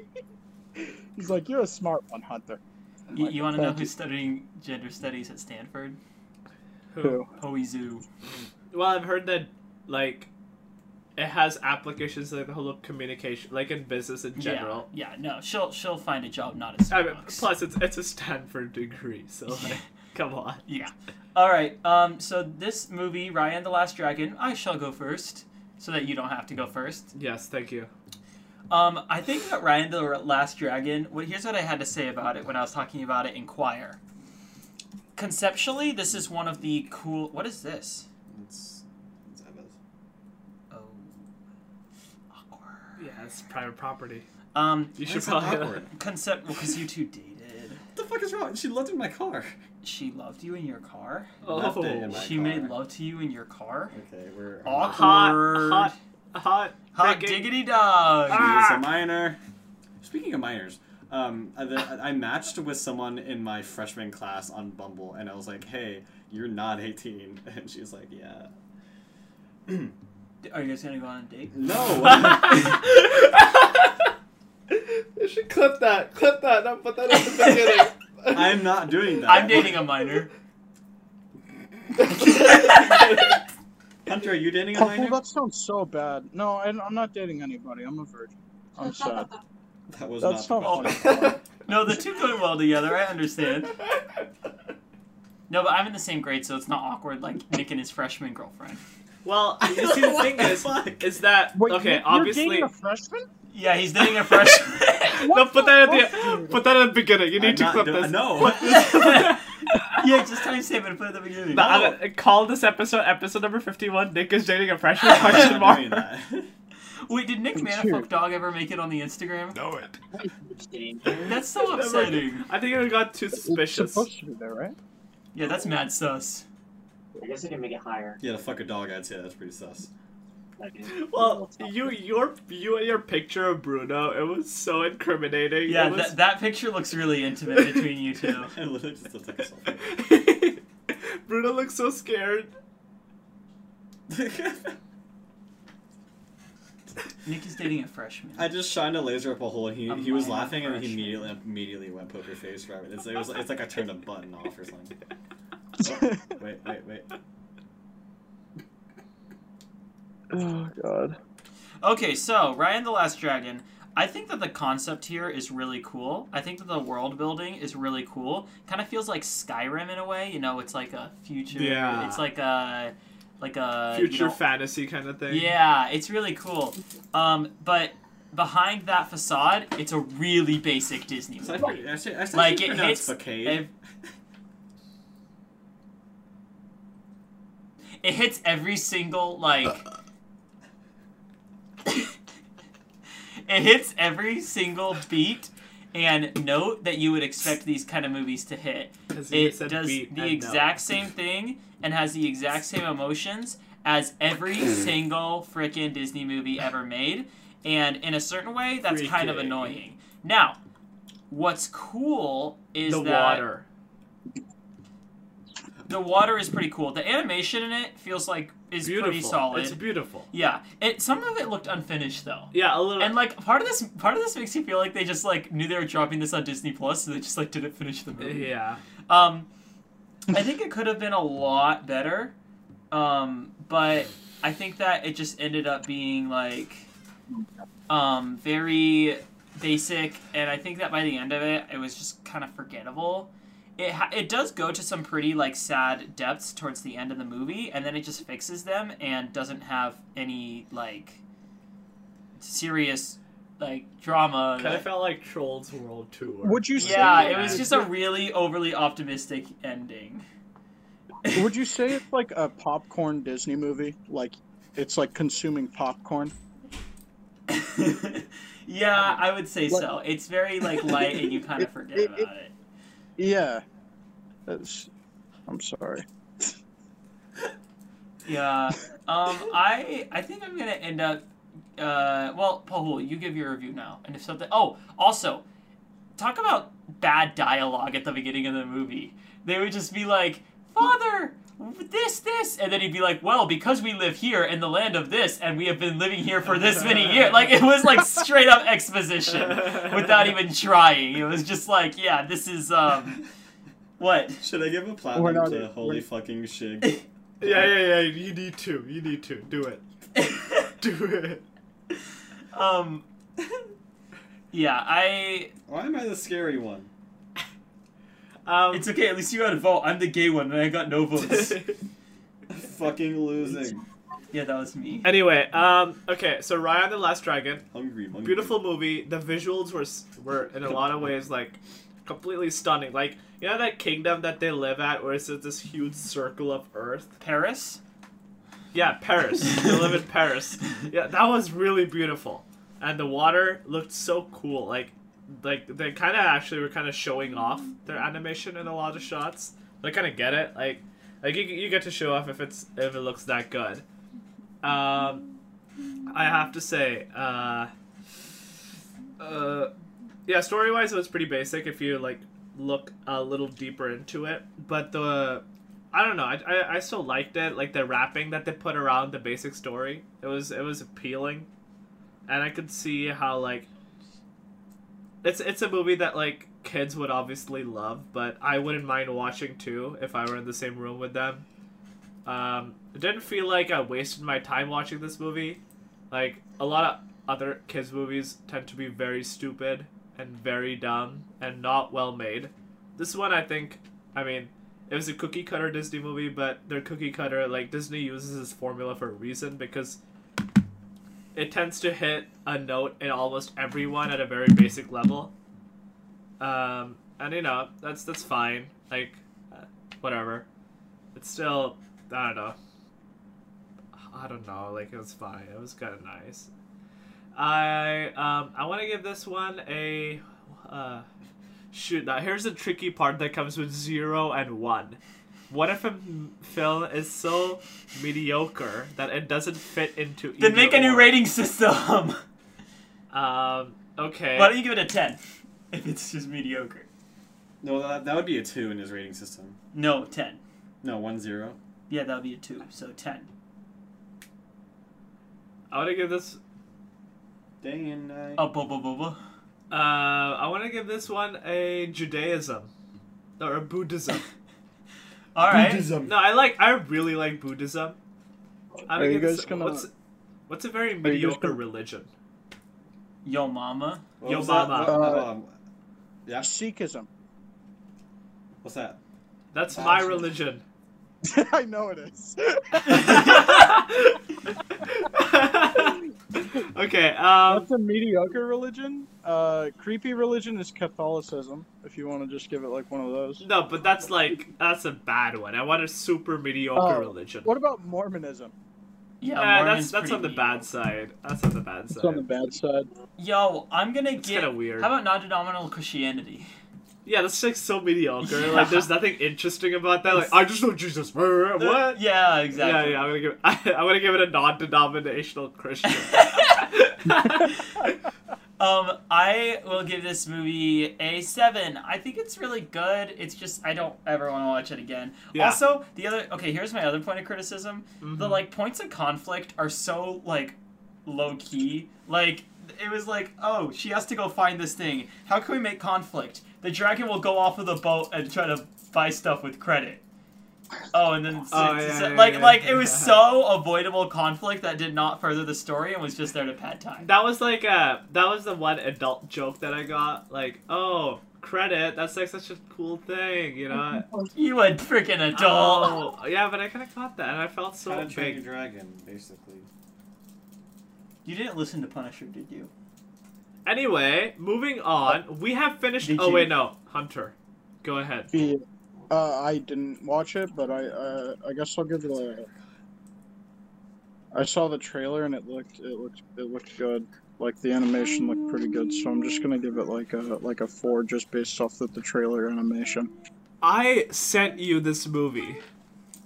S5: He's like, you're a smart one, Hunter. I'm
S1: You,
S5: like,
S1: you want to know
S5: "Thank
S1: who's studying gender studies at Stanford?
S5: Who?
S1: Hoizu.
S3: Well, I've heard that like it has applications to, like the whole of communication, like in business in general.
S1: Yeah, yeah, no, she'll she'll find a job not at
S3: I mean,
S1: Starbucks.
S3: plus it's it's a Stanford degree, so like, come on.
S1: Yeah. All right. Um. So this movie, Ryan the Last Dragon, I shall go first, so that you don't have to go first.
S3: Yes, thank you.
S1: Um. I think that Ryan the Last Dragon. What here's what I had to say about it when I was talking about it in choir. Conceptually, this is one of the cool. What is this?
S7: It's, it's Emma's.
S1: Oh. Awkward.
S3: Yeah, it's private property.
S1: Um.
S3: You
S2: Why
S3: should
S2: is that
S3: probably.
S2: awkward?
S1: Concept. Well, because you two dated.
S2: What the fuck is wrong? She left in my car.
S1: She loved you in your car.
S2: Left it in
S3: Oh,
S2: my
S1: she
S2: car.
S1: made love to you in your car.
S2: Okay, we're.
S1: Awkward.
S3: hot, Ah. hot,
S1: Hot
S3: diggity.
S1: diggity dog.
S2: She is a minor. Speaking of minors, um, I, the- I matched with someone in my freshman class on Bumble, and I was like, "Hey, you're not 18," and she's like, "Yeah."
S1: Are you guys gonna go on a date?
S2: No.
S3: You should clip that. Clip that. Don't put that at the beginning.
S2: I'm not doing that.
S1: I'm dating a minor.
S2: Hunter, are you dating a
S5: Oh, well,
S2: minor?
S5: that sounds so bad. No, I, I'm not dating anybody. I'm a virgin. I'm sad.
S2: That was
S5: That's
S2: not.
S5: not
S2: the question.
S5: funny.
S1: No, the two go well together. I understand. No, but I'm in the same grade, so it's not awkward like Nick and his freshman girlfriend.
S3: well, you see, the
S2: What
S3: thing
S2: the
S3: is,
S2: fuck?
S3: is that
S5: Wait,
S3: okay?
S5: you're- you're
S3: obviously,
S5: dating a freshman?
S1: Yeah, he's dating a freshman.
S3: no.
S5: What
S3: Put
S5: the
S3: that at
S5: fuck,
S3: the
S5: dude?
S3: put that at the beginning. You
S2: I'm
S3: need to
S2: not
S3: clip
S2: doing-
S3: this.
S2: No.
S1: yeah, just time stamp it and put it at the beginning.
S3: The other- uh, call this episode episode number fifty-one. Nick is dating a freshman?
S2: I'm
S3: Question
S2: not doing
S3: mark.
S2: that.
S1: Wait, did Nick Manifolk Dog ever make it on the Instagram?
S8: Know it.
S1: That's so
S3: Never.
S1: upsetting.
S3: I think it got too
S5: It's
S3: suspicious.
S5: supposed to be there, right?
S1: Yeah, that's mad sus.
S6: I guess I can make it higher.
S2: Yeah, to fuck a dog, I'd say that's pretty sus.
S3: Well, you your you and your picture of Bruno, it was so incriminating.
S1: Yeah,
S3: it was...
S1: that, that picture looks really intimate between you two.
S2: I literally just looked like a selfie.
S3: Bruno looks so scared.
S1: Nick is dating a freshman.
S2: I just shined a laser up a hole, and he,
S1: A
S2: he was
S1: minor
S2: laughing, and he
S1: freshman.
S2: immediately immediately went poker face right. It's it was it's like I turned a button off or something. Wait, wait, wait.
S5: oh god.
S1: Okay, so Ryan the Last Dragon. I think that the concept here is really cool. I think that the world building is really cool. Kind of feels like Skyrim in a way. You know, it's like a future.
S3: Yeah.
S1: It's like a, like a Uh, you
S3: Future
S1: know-
S3: fantasy kind of thing.
S1: yeah, it's really cool. Um, but behind that facade, it's a really basic Disney
S2: So I
S1: movie.
S2: think- I should- I should
S1: Like, it
S2: pronounce
S1: hits
S2: facade.
S1: ev- it hits every single like it hits every single beat and note that you would expect these kind of movies to hit
S3: Because you
S1: it
S3: said
S1: does
S3: beat
S1: the
S3: and no.
S1: exact same thing and has the exact same emotions as every single freaking Disney movie ever made. And in a certain way, that's kind of
S3: Freaking.
S1: annoying. Now, what's cool is
S3: the
S1: that
S3: water.
S1: the water is pretty cool. The animation in it feels like is
S3: beautiful.
S1: pretty solid.
S3: It's beautiful.
S1: yeah, it some of it looked unfinished though.
S3: Yeah, a little.
S1: And like part of this, part of this makes you feel like they just like knew they were dropping this on Disney Plus, so they just like didn't finish the movie.
S3: yeah.
S1: Um, I think it could have been a lot better, um, but I think that it just ended up being like um, very basic, and I think that by the end of it, it was just kind of forgettable. It ha- it does go to some pretty like sad depths towards the end of the movie, and then it just fixes them and doesn't have any like serious like drama.
S3: Kind of
S1: that-
S3: felt like Trolls World Tour.
S5: Would you say
S1: yeah,
S5: that
S1: it was
S5: it's-
S1: just a really overly optimistic ending.
S5: Would you say it's like a popcorn Disney movie? Like it's like consuming popcorn.
S1: yeah, I would say
S5: Like-
S1: so. It's very like light, and you kind of
S5: It-
S1: forget
S5: it-
S1: about it.
S5: Yeah. That's, I'm sorry.
S1: Yeah. Um, I I think I'm gonna end up. Uh, well, Pahul, you give your review now, and if something. Oh, also, talk about bad dialogue at the beginning of the movie. They would just be like, "Father, this, this," and then he'd be like, "Well, because we live here in the land of this, and we have been living here for this many years." Like it was like straight up exposition without even trying. It was just like, "Yeah, this is um, what."
S2: Should I give a
S5: We're
S2: platinum
S5: not-
S2: to holy
S5: we're-
S2: fucking shig?
S3: Yeah, yeah, yeah. You need to. You need to. Do it. Do it.
S1: um. Yeah, I
S2: Why am I the scary one?
S3: Um,
S1: It's okay. At least you got a vote. I'm the gay one, and I got no votes.
S2: fucking losing.
S1: yeah, that was me.
S3: anyway, um, okay. So Raya and the Last Dragon,
S2: Hungry monkey.
S3: beautiful movie. The visuals were s- were in a lot of ways like completely stunning. Like you know that kingdom that they live at, where it's just this huge circle of Earth.
S1: Paris.
S3: Yeah, Paris. they live in Paris. Yeah, that was really beautiful, and the water looked so cool. Like, like they kind of actually were kind of showing off their animation in a lot of shots. They kind of get it. Like, like you, you get to show off if it's if it looks that good. Um, I have to say, uh, uh, yeah, story wise it was pretty basic. If you like look a little deeper into it, but the I don't know. I, I, I still liked it. Like the wrapping that they put around the basic story, it was it was appealing, and I could see how like it's it's a movie that like kids would obviously love, but I wouldn't mind watching too if I were in the same room with them. Um, it didn't feel like I wasted my time watching this movie. Like a lot of other kids movies tend to be very stupid and very dumb and not well made. This one I think, I mean, it was a cookie cutter Disney movie, but their cookie cutter like Disney uses this formula for a reason because it tends to hit a note in almost everyone at a very basic level. Um, and you know that's that's fine. Like, uh, whatever. It's still I don't know. I don't know. Like it was fine. It was kind of nice. I um I want to give this one a uh Shoot, now here's the tricky part that comes with zero and one. What if a m- film is so mediocre that it doesn't fit into?
S1: Then
S3: either
S1: make a new
S3: or?
S1: rating system.
S3: Um. Okay.
S1: Why don't you give it a ten? If it's just mediocre.
S2: No, that, that would be a two in his rating system.
S1: No, ten.
S2: No, one zero.
S1: Yeah, that would be a two. So ten.
S3: I want to give this.
S2: Day and night.
S1: Oh, blah blah blah blah.
S3: Uh. I want to give this one a Judaism, or a Buddhism.
S1: All right.
S2: Buddhism.
S3: no, I like. I really like Buddhism. I
S5: Are you
S3: give this-
S5: guys gonna-
S3: What's, what's a very
S5: guys
S3: mediocre
S5: gonna-
S3: religion?
S1: Yo, mama.
S2: What
S3: Yo
S2: was that?
S3: mama.
S2: What-
S5: Uh,
S2: um, yeah.
S5: Sikhism.
S2: What's that?
S3: That's my
S5: Buddhism.
S3: religion.
S5: I know it is.
S3: okay. Um.
S5: That's a mediocre religion. Uh, creepy religion is Catholicism. If you want to just give it like one of those.
S3: No, but that's like that's a bad one. I want a super mediocre
S5: Oh.
S3: religion.
S5: What about Mormonism?
S1: Yeah,
S3: Eh,
S1: Mormon's
S3: that's that's
S1: pretty
S3: on the
S1: mean.
S3: bad side. That's on the bad side.
S5: It's on the bad side.
S1: Yo, I'm gonna
S3: It's
S1: get.
S3: kind of weird.
S1: How about non-denominational Christianity?
S3: Yeah, that's like so mediocre.
S1: Yeah.
S3: Like, there's nothing interesting about that. Like, I just know Jesus. What?
S1: Yeah,
S3: Yeah,
S1: Uh, exactly.
S3: yeah. I'm gonna give. I, am gonna give it a non-denominational Christian.
S1: Um, I will give this movie a seven. I think it's really good. It's just I don't ever want to watch it again.
S3: Yeah.
S1: Also, the other okay, here's my other point of criticism. The
S3: Mhm.
S1: like points of conflict are so like low key. Like it was like, oh, she has to go find this thing. How can we make conflict? The dragon will go off of the boat and try to buy stuff with credit. Oh, and then s-
S3: Oh,
S1: s-
S3: yeah, yeah,
S1: like
S3: yeah.
S1: like it was so avoidable conflict that did not further the story and was just there to pad time.
S3: that was like uh that was the one adult joke that I got. Like, oh, credit. That's like such a cool thing, you know.
S1: You a freaking adult.
S3: Oh, yeah, but I kind of caught that, and I felt so
S2: How to Train Your
S3: big.
S2: Dragon, basically.
S1: You didn't listen to Punisher, did you?
S3: Anyway, moving on. We have finished.
S1: Did
S3: oh
S1: you-
S3: wait, no, Hunter, go ahead.
S5: Yeah. Uh, I didn't watch it, but I uh, I guess I'll give it a. I saw the trailer and it looked it looked it looked good. Like the animation looked pretty good, so I'm just gonna give it like a like a four just based off of the trailer animation.
S3: I sent you this movie.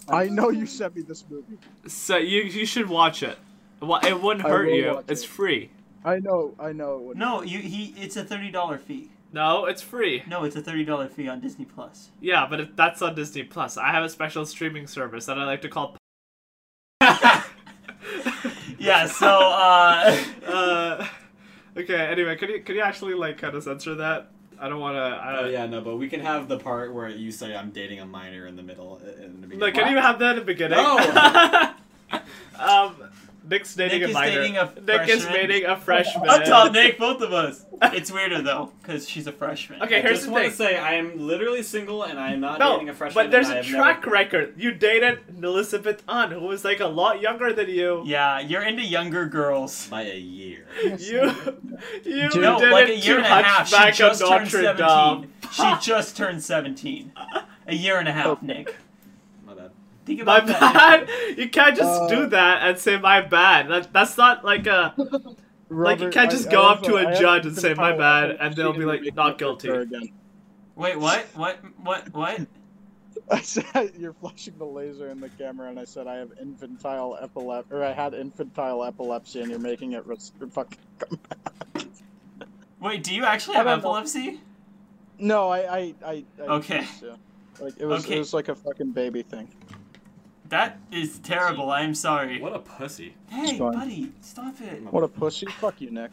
S5: I know you sent me this movie.
S3: So you you should watch it. Well, it wouldn't
S5: I
S3: hurt
S5: will
S3: you.
S5: watch
S3: It's
S5: it.
S3: free.
S5: I know, I know. It would.
S1: No, you he. It's a thirty dollar fee.
S3: No, it's free.
S1: No, it's a thirty dollar fee on Disney Plus.
S3: Yeah, but if that's on Disney Plus. I have a special streaming service that I like to call.
S1: Yeah. So uh,
S3: Uh, okay. Anyway, could you could you actually like kind of censor that? I don't want to. I
S2: Oh yeah, no, but we can have the part where you say I'm dating a minor in the middle. uh, In the beginning.
S3: Like, can you have that in the beginning?
S2: No.
S3: um, Nick's dating
S1: Nick
S3: a
S1: is
S3: minor.
S1: dating a
S3: Nick is
S1: freshman.
S3: dating a freshman.
S1: up top, Nick, both of us. It's weirder though, cause she's a freshman.
S3: Okay,
S2: I
S3: here's
S2: just
S3: the
S2: want
S3: thing.
S2: to say I am literally single and I am not
S3: No,
S2: dating a freshman.
S3: but there's
S2: and I
S3: a
S2: have
S3: track
S2: never-
S3: record. You dated Elizabeth Unn, who was like a lot younger than you.
S1: Yeah, you're into younger girls.
S2: by a year.
S3: You, you
S5: Dude,
S1: no,
S3: dated
S1: like a year
S3: two
S1: and a half. She
S3: Hunchback of
S1: just turned
S3: Notre Dame.
S1: seventeen. She just turned seventeen. A year and a half, Nick.
S2: My bad.
S1: Think
S3: My
S1: about that.
S3: bad. You can't just
S5: Uh,
S3: do that and say my bad. That, that's not like a like you
S5: Robert,
S3: can't
S5: I-
S3: just
S5: I
S3: go up
S5: also-
S3: to a
S5: I
S3: judge
S5: also
S3: and say
S5: think
S3: my
S5: I'll-
S3: bad,
S5: I'll
S3: and they'll
S5: see
S3: be
S5: you
S3: like
S5: make
S3: not
S5: up
S3: guilty.
S5: for her again.
S1: Wait, what? What? What? What?
S5: I said you're flashing the laser in the camera, and I said I have infantile epilepsy, or I had infantile epilepsy, and you're making it risk. Fuck.
S1: Wait, do you actually have
S5: I don't know.
S1: epilepsy?
S5: No, I, I, I. I
S1: Okay.
S5: used to. Like it was,
S1: Okay.
S5: it was like a fucking baby thing.
S1: That is terrible. I'm sorry.
S2: What a pussy.
S1: Hey,
S5: fine.
S1: buddy, stop it.
S5: What a pussy! Fuck you, Nick.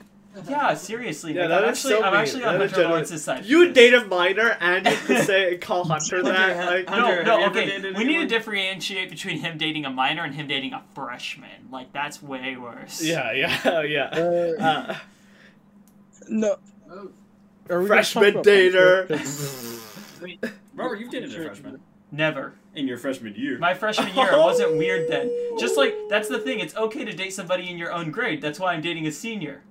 S1: Yeah, seriously.
S3: Yeah,
S1: like,
S3: that
S1: I'm
S3: is
S1: actually,
S3: so
S1: I'm
S3: mean.
S1: actually on
S3: That is
S1: Hunter
S3: genuine.
S1: Lawrence's side. for
S3: You
S1: this.
S3: date a minor and you say call Hunter that. Like,
S1: No,
S2: Hunter, have you
S1: no,
S2: ever
S1: okay.
S2: dated
S1: We need to
S2: anyone?
S1: differentiate between him dating a minor and him dating a freshman. Like that's way worse.
S3: yeah, yeah, oh, yeah.
S5: Uh,
S3: Uh,
S5: no. Are we gonna
S3: freshman
S5: talk about
S3: dater.
S5: friendship?
S2: Robert, you've dated
S5: Sure.
S2: a freshman
S1: Never.
S2: in your freshman year.
S1: My freshman year, it wasn't weird then. Just like that's the thing. It's okay to date somebody in your own grade. That's why I'm dating a senior.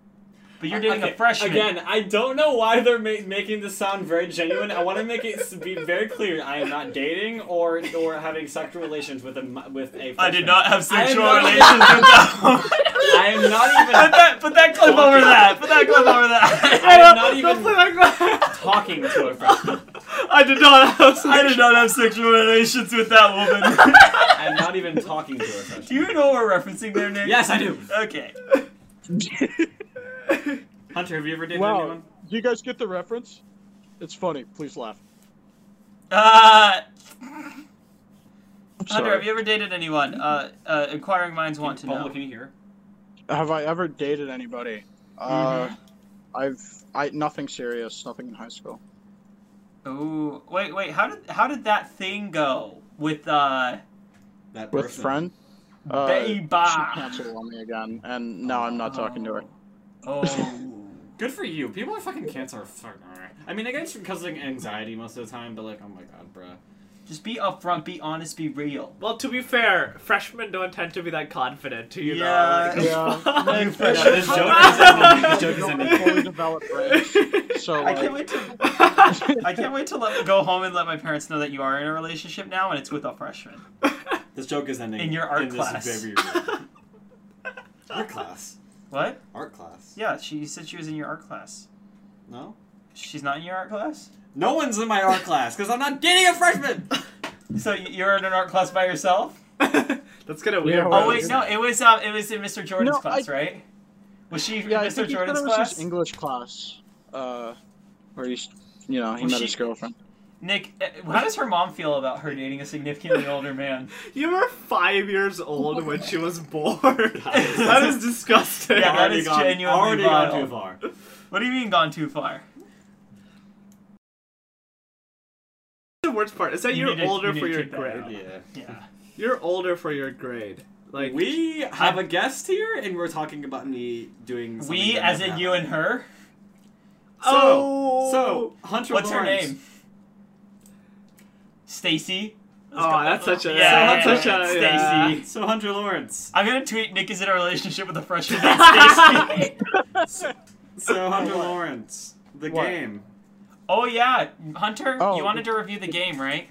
S1: But you're dating
S2: Okay,
S1: a freshman.
S2: Again, I don't know why they're ma- making this sound very genuine. I want to make it s- be very clear. I am not dating or or having sexual relations with a mi- with a. Freshman.
S1: I did not have
S2: am
S1: sexual
S2: not-
S1: relations with that one.
S2: I am not
S1: put
S2: even
S1: that, put that clip over that. Put that clip over
S2: I
S1: that.
S2: am not
S3: Don't
S2: even
S3: play like that.
S2: talking to a freshman.
S3: I did not have
S1: I did not have sexual relations with that woman.
S2: I'm not even talking to a
S1: Do
S2: freshman.
S1: you know we're referencing their name?
S2: Yes, I do.
S1: Okay.
S2: Hunter, have you ever dated
S5: Wow.
S2: anyone?
S5: Do you guys get the reference? It's funny. Please laugh.
S1: Uh,
S5: I'm
S1: Hunter,
S5: sorry.
S1: have you ever dated anyone? Uh, uh, inquiring minds want to
S2: Pablo,
S1: know.
S2: can you hear?
S5: Have I ever dated anybody? Uh,
S1: Mm-hmm.
S5: I've I nothing serious, nothing in high school.
S1: Ooh, wait, wait. How did how did that thing go with uh,
S2: That
S5: With
S2: person.
S5: friend, uh,
S1: Baby?
S5: she canceled on me again, and now I'm not talking to her.
S1: Oh.
S2: Good for you. People are fucking cancer. Fuck, alright. I mean, I guess because of anxiety most of the time, but like, oh my god, bruh.
S1: Just be upfront, be honest, be real.
S3: Well, to be fair, freshmen don't tend to be that confident, you
S1: Yeah,
S3: know?
S1: yeah.
S3: Like,
S1: Yeah,
S2: this joke is ending. This joke is
S5: Don't
S2: ending.
S5: fully developed brains, so
S1: I can't
S5: like,
S1: wait to I can't wait to let, go home and let my parents know that you are in a relationship now and it's with a freshman.
S2: This joke is ending.
S1: In your art
S2: this
S1: class.
S2: very- art class.
S1: What?
S2: Art class.
S1: Yeah, she said she was in your art class.
S2: No?
S1: She's not in your art class.
S2: No one's in my art class because I'm not dating a freshman!
S1: So y- you're in an art class by yourself?
S3: That's kind of weird.
S5: Yeah,
S3: bro.
S1: Oh wait, no, it was um, it was in Mr. Jordan's
S5: No,
S1: class, right? Was she
S5: yeah, I
S1: in Mr.
S5: think he said
S1: Jordan's
S5: it was
S1: class?
S5: his English class, uh, where he's, you know, he
S1: Was
S5: met
S1: she-
S5: his girlfriend.
S1: Nick, uh, how does her mom feel about her dating a significantly older man?
S3: You were five years old when she was born. that is disgusting.
S1: Yeah, that
S2: Already
S1: is
S2: gone-
S1: genuinely
S2: Already
S1: vile.
S2: gone too far.
S1: What do you mean gone too far?
S3: the worst part is that
S1: You
S3: you are
S1: need to-
S3: older
S1: you need
S3: for
S1: to
S3: your
S1: keep that
S3: grade.
S1: out.
S2: Yeah.
S1: Yeah.
S3: You're older for your grade. Like
S2: We have a guest here and we're talking about me doing something
S1: We,
S2: that
S1: as
S2: never
S1: in you and
S2: happened.
S1: her.
S3: oh,
S2: So, Hunter
S1: What's her
S2: Lawrence.
S1: name? Stacy. Let's
S3: oh,
S1: go-
S3: that's such a
S1: Yeah,
S3: that's such
S1: yeah,
S3: a
S1: yeah.
S3: yeah.
S1: Stacy.
S2: So, Hunter Lawrence.
S1: I'm gonna tweet Nick is in a relationship with a freshman named Stacy.
S2: So, Hunter Lawrence. The
S5: What?
S2: game.
S1: oh yeah, Hunter, you
S5: Oh.
S1: wanted to review the game, right?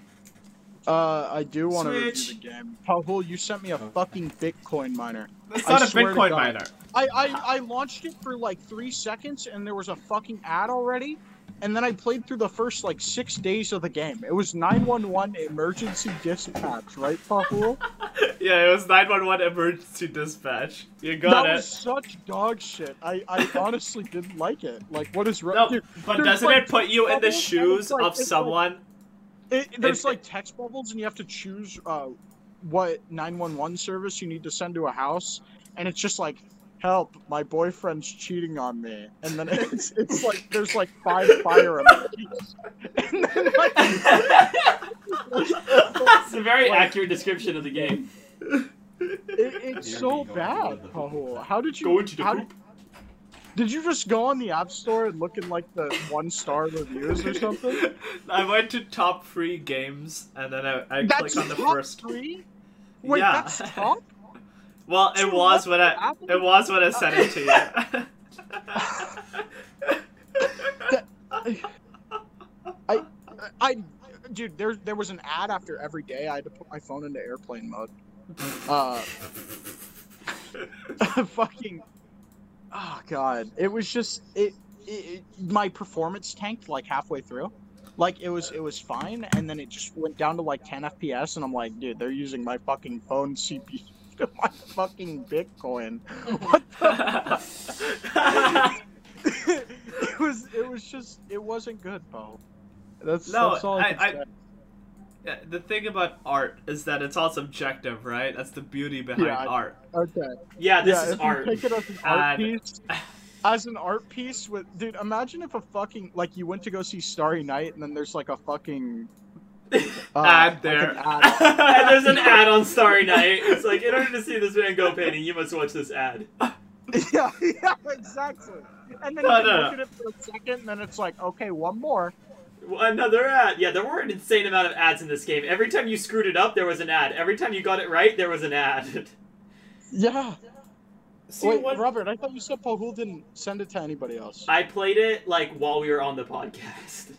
S5: Uh, I do want to review
S1: Switch.
S5: the game. Pavel, you sent me a fucking Bitcoin miner.
S3: It's
S5: I
S3: not a
S5: swear to
S3: Bitcoin
S5: God.
S3: miner.
S5: I, I I launched it for like three seconds, and there was a fucking ad already. and then I played through the first like six days of the game. It was 911 emergency dispatch, right, Pahul?
S3: Yeah, it was 911 emergency dispatch. You got
S5: that
S3: it.
S5: was such dog shit. I, I honestly didn't like it. Like, what is
S3: No,
S5: wrong? Dude,
S3: But
S5: there's,
S3: doesn't
S5: like,
S3: it put you in the
S5: bubbles, and
S3: shoes
S5: it's like-
S3: of
S5: it's like-
S3: someone?
S5: It, there's
S3: It-
S5: like text bubbles, and you have to choose uh, what 911 service you need to send to a house, and it's just like, "Help! My boyfriend's cheating on me," and then it's it's like there's like five fire emojis, and then like
S1: It's a very accurate description of the game.
S5: it, it's
S9: You're
S5: so
S9: going to
S5: bad,
S9: the hoop.
S5: Pahul. How did you
S1: Go into the
S5: how
S1: hoop.
S5: Did you just go on the app store and look in like the one star reviews or something?
S3: I went to top three games and then I, I
S5: That's
S3: clicked on the
S5: top
S3: first.
S5: three. Wait,
S3: Yeah.
S5: that's top.
S3: Well,
S5: Dude,
S3: it was when
S5: what the
S3: I
S5: apple?
S3: it was when I sent it to you.
S5: I, dude, there there was an ad after every day. I had to put my phone into airplane mode. Uh, fucking. Oh god, it was just it, it, it. My performance tanked like halfway through. Like it was it was fine, and then it just went down to like 10 FPS, and I'm like, dude, they're using my fucking phone CPU. to My fucking Bitcoin. What the? it was. It was just. It wasn't good, Bo. That's
S3: No,
S5: That's all I,
S3: I-
S5: can
S3: I-
S5: say.
S3: Yeah, the thing about art is that it's all subjective, right? That's the beauty behind
S5: Yeah, I-
S3: art.
S5: Okay.
S1: Yeah, this
S5: yeah,
S1: is
S5: if
S1: art.
S5: You take it as an art
S3: And-
S5: piece. As an art piece with dude, imagine if a fucking like you went to go see Starry Night and then there's like a fucking uh,
S3: Ad
S5: like
S3: there.
S5: an ad.
S1: And there's an ad on Starry Night. It's like, in order to see this Van Gogh painting, you must watch this ad.
S5: yeah, yeah, exactly. And then
S3: No,
S5: you can
S3: no, no.
S5: look at it for a second, and then it's like, okay, one more.
S1: Another ad. Yeah, there were an insane amount of ads in this game. Every time you screwed it up, there was an ad. Every time you got it right, there was an ad.
S5: Yeah.
S3: See,
S5: Wait,
S3: what-
S5: Robert, I thought you said Pahul didn't send it to anybody else.
S1: I played it like while we were on the podcast.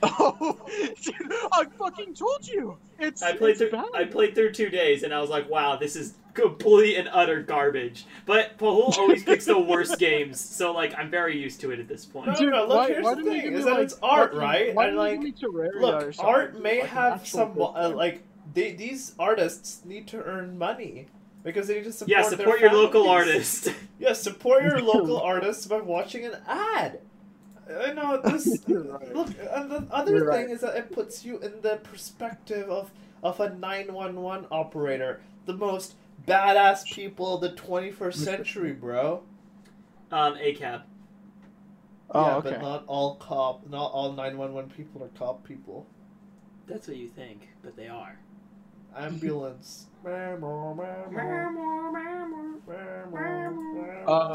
S5: oh, dude, I fucking told you. It's
S1: I played
S5: it's
S1: through.
S5: bad.
S1: I played through two days, and I was like, "Wow, this is complete and utter garbage." But Pahul always picks the worst games, so like I'm very used to it at this point.
S3: No,
S5: Dude,
S3: no, look,
S5: why,
S3: here's
S5: why
S3: the
S5: didn't you
S3: thing,
S5: give me,
S3: is that
S5: like,
S3: it's art,
S5: fucking-
S3: right?
S5: Why
S3: And,
S5: didn't you give me Terraria or
S3: Look,
S5: something,
S3: art may
S5: like an
S3: have
S5: actual
S3: some
S5: book?
S3: uh, like they, these artists need to earn money because they need to support.
S1: Yeah,
S3: their
S1: support your local
S3: families.
S1: artist.
S3: Yeah, support your local artists by watching an ad. I know this.
S5: You're right. Oh,
S3: Look, and the other
S5: You're
S3: thing
S5: right.
S3: is that it puts you in the perspective of of a nine one one operator, the most badass people of the twenty first century, bro.
S1: Um, ACAB.
S5: Oh,
S3: yeah,
S5: okay.
S3: but not all cop, not all nine one one people are cop people.
S1: That's what you think, but they are.
S3: Ambulance.
S5: Uh,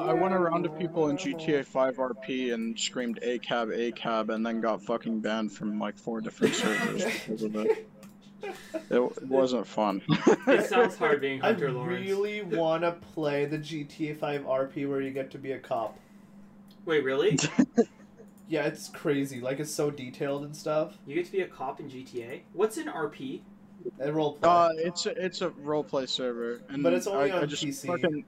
S5: I went around to people in GTA 5 RP and screamed A cab, A cab, and then got fucking banned from like four different servers because of it. It wasn't fun.
S1: It sounds hard being
S3: I
S1: Hunter Lawrence.
S3: really want to play the GTA 5 RP where you get to be a cop.
S1: Wait, really?
S3: Yeah, it's crazy. Like it's so detailed and stuff.
S1: You get to be a cop in GTA? What's an RP?
S3: And roleplay.
S5: Uh, it's a, it's a roleplay server, and
S3: But it's only
S5: I, I
S3: on
S5: just
S3: PC.
S5: Fucking,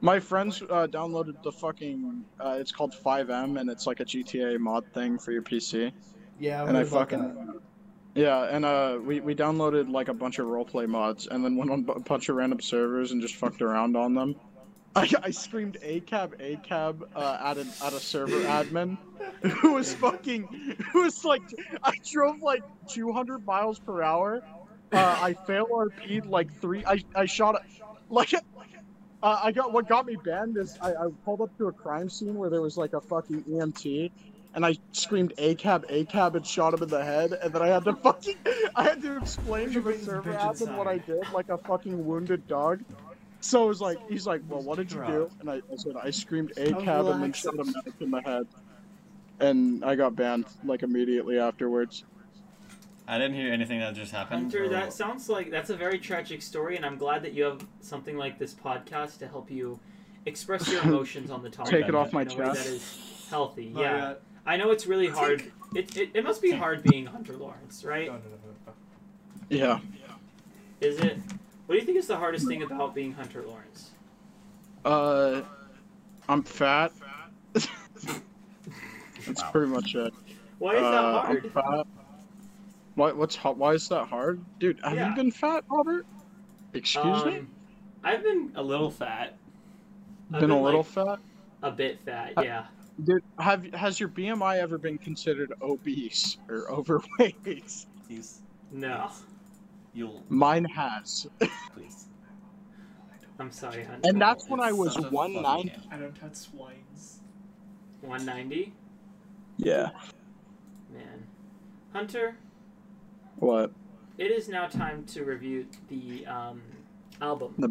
S5: my friends uh, downloaded the fucking. Uh, it's called 5M, and it's like a GTA mod thing for your PC.
S3: yeah,
S5: and I
S3: what about
S5: fucking.
S3: that?
S5: Yeah, and uh, we, we downloaded like a bunch of roleplay mods, and then went on bu- a bunch of random servers and just fucked around on them. I, I screamed ACAB ACAB uh, at an at a server admin, who was fucking, who was like, I drove like 200 miles per hour. Uh, I fail RP'd like three. I I shot a- like. Uh, I got what got me banned is I, I pulled up to a crime scene where there was like a fucking EMT, and I screamed ACAB, ACAB, and shot him in the head. And then I had to fucking, I had to explain to the server admin what I did, like a fucking wounded dog. So it was like, he's like, well, what did you do? And I, I said, I screamed ACAB and then shot a medic in the head. And I got banned like immediately afterwards.
S2: I didn't hear anything that just happened.
S1: Hunter,
S2: or-
S1: that sounds like that's a very tragic story, and I'm glad that you have something like this podcast to help you express your emotions on the topic.
S5: Take it off
S1: in
S5: my
S1: a way That
S5: chest.
S1: is healthy.
S10: Oh,
S1: Yeah, I know it's really hard. It, it, it must be hard being Hunter Lawrence, right?
S10: No, no, no, no,
S5: Yeah.
S1: Is it? What do you think is the hardest thing about being Hunter Lawrence?
S5: Uh, I'm fat. That's pretty much it.
S3: Why is
S5: Uh,
S3: that
S5: I'm
S3: hard?
S5: fat. Why, what's hot? Why is that hard, dude? Have
S3: Yeah.
S5: you been fat, Robert? Excuse me.
S1: Um, I've been a little fat,
S5: Been,
S3: I've
S5: a
S3: been,
S5: little
S3: like-
S5: fat,
S1: a bit fat.
S5: Uh,
S1: Yeah.
S5: dude. Have has your BMI ever been considered obese or overweight?
S4: Please,
S1: No,
S4: you'll
S5: Mine has,
S4: please.
S1: I'm sorry, hun.
S5: and that's when
S4: It's
S5: I was
S4: such a fucking
S5: 190.
S4: game.
S3: I don't have swines.
S1: 190.
S5: Yeah.
S1: Man, Hunter,
S5: What
S1: it is now time to review the um, album.
S5: the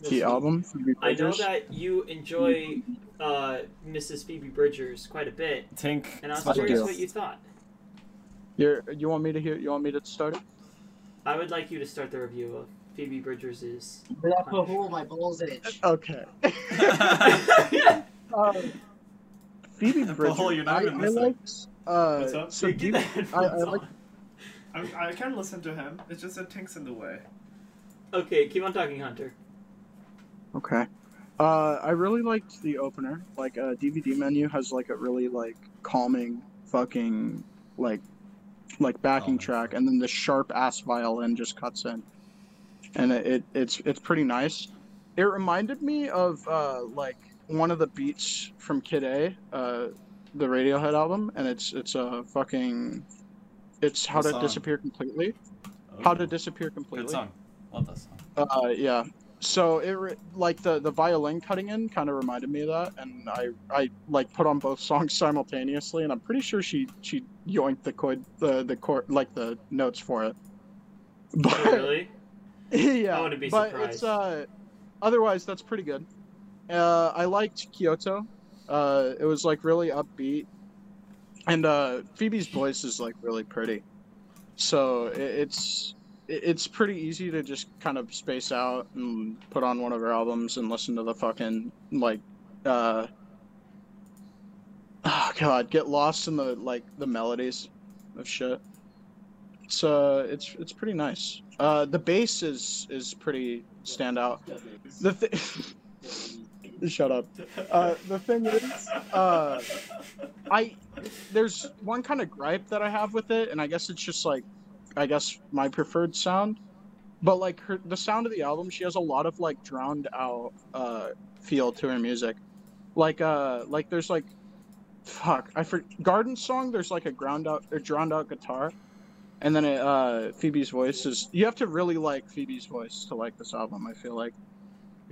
S1: this
S5: the
S1: week.
S5: album? Phoebe
S1: I know
S5: Bridgers?
S1: that you enjoy uh, Mrs. Phoebe Bridgers quite a bit,
S4: Tink.
S1: and I was
S4: special
S1: curious
S4: guest.
S1: what you thought.
S5: You're, you want me to hear? You want me to start it?
S1: I would like you to start the review of Phoebe Bridgers' is.
S6: That's a hole my balls itch.
S5: Okay. Um, Phoebe
S4: Paul,
S5: Bridgers.
S4: you're not
S5: I,
S4: even
S5: I
S4: listening.
S5: liked, uh,
S3: What's up?
S5: So do you, I, I like
S3: I'm, I can listen to him. It's just that Tink's in the way.
S1: okay, keep on talking, Hunter.
S5: Okay. Uh, I really liked the opener. Like, uh, DVD menu has like a really like calming fucking like like backing
S4: Calming.
S5: track, and then the sharp ass violin just cuts in, and it, it it's it's pretty nice. It reminded me of uh, like one of the beats from Kid A, uh, the Radiohead album, and it's it's a fucking it's how
S4: What
S5: to
S4: song?
S5: disappear completely.
S4: Oh,
S5: How to disappear completely.
S4: Good song. Love that song.
S5: Uh, yeah. So it re- like the the violin cutting in kind of reminded me of that, and I I like put on both songs simultaneously, and I'm pretty sure she she yoinked the chord the the chord like the notes for it. But
S1: Oh, really?
S5: yeah,
S1: I wouldn't be
S5: but
S1: surprised.
S5: it's uh, otherwise that's pretty good. Uh, I liked Kyoto. Uh, it was like really upbeat, and uh, Phoebe's voice is like really pretty. So it, it's it- it's pretty easy to just kind of space out and put on one of her albums and listen to the fucking like. Uh, oh god, get lost in the like the melodies of shit. So it's it's pretty nice. Uh, the bass is is pretty standout. The thi- shut up. Uh, the thing is, uh, I there's one kind of gripe that I have with it, and I guess it's just like, I guess my preferred sound, but like her the sound of the album, she has a lot of like drowned out uh, feel to her music, like uh like there's like, fuck I for Garden Song there's like a ground out or drowned out guitar, and then it, uh, Phoebe's voice is. You have to really like Phoebe's voice to like this album. I feel like,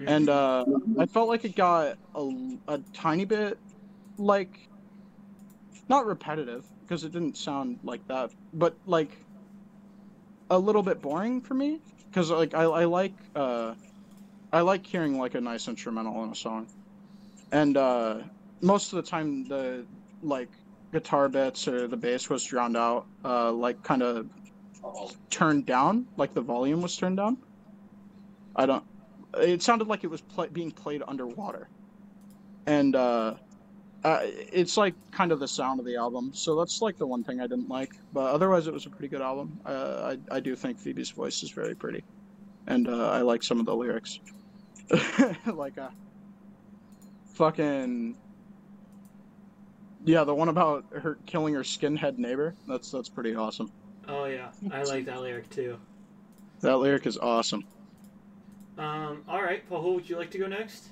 S5: and uh, I felt like it got a, a tiny bit, like, not repetitive because it didn't sound like that, but like, a little bit boring for me because like I, I like uh, I like hearing like a nice instrumental in a song, and uh, most of the time the like guitar bits or the bass was drowned out, uh, like kind of turned down, like the volume was turned down. I don't. It sounded like it was pla being played underwater, and uh, uh, it's like kind of the sound of the album. So that's like the one thing I didn't like. But otherwise, it was a pretty good album. Uh, I I do think Phoebe's voice is very pretty, and uh, I like some of the lyrics, like uh, fucking yeah, the one about her killing her skinhead neighbor. That's that's pretty awesome.
S1: oh yeah, I like that lyric too.
S5: That lyric is awesome.
S1: Um, all right, Paul, would you like to go next?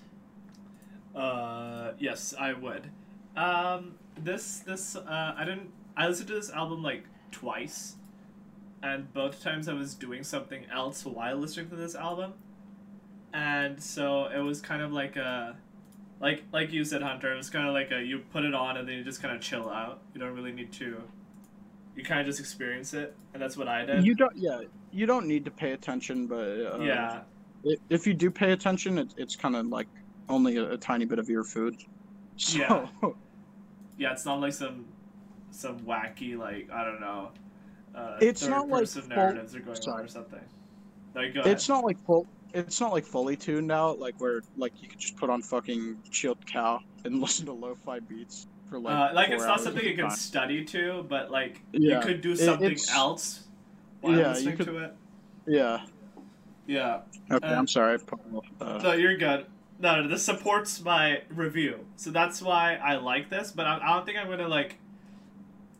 S3: Uh, yes, I would. Um, this this uh, I didn't. I listened to this album like twice, and both times I was doing something else while listening to this album, and so it was kind of like a, like like you said, Hunter. It was kind of like a you put it on and then you just kind of chill out. You don't really need to. You kind of just experience it, and that's what I did.
S5: You don't yeah, you don't need to pay attention, but uh,
S3: yeah,
S5: i- if you do pay attention, it, it's kind of like only a, a tiny bit of your food. So,
S3: Yeah. yeah, it's not like some some wacky like I don't know. Uh,
S5: It's not like
S3: person
S5: full-
S3: narratives are going
S5: sorry.
S3: on or something. Like, go
S5: it's not like full. It's not like fully tuned out, like where like you could just put on fucking chilled cow and listen to lo-fi beats for
S3: ahead.
S5: like.
S3: uh, like
S5: four
S3: it's not
S5: hours
S3: something
S5: at a
S3: you can
S5: time.
S3: study to, but like
S5: Yeah,
S3: you could do
S5: it-
S3: something
S5: it's-
S3: else while
S5: yeah, you
S3: listening
S5: could-
S3: to it.
S5: Yeah.
S3: Yeah,
S5: Okay,
S3: Uh,
S5: I'm sorry. Paul. Uh,
S3: no, you're good. No, no, this supports my review, so that's why I like this. But I, I don't think I'm gonna like.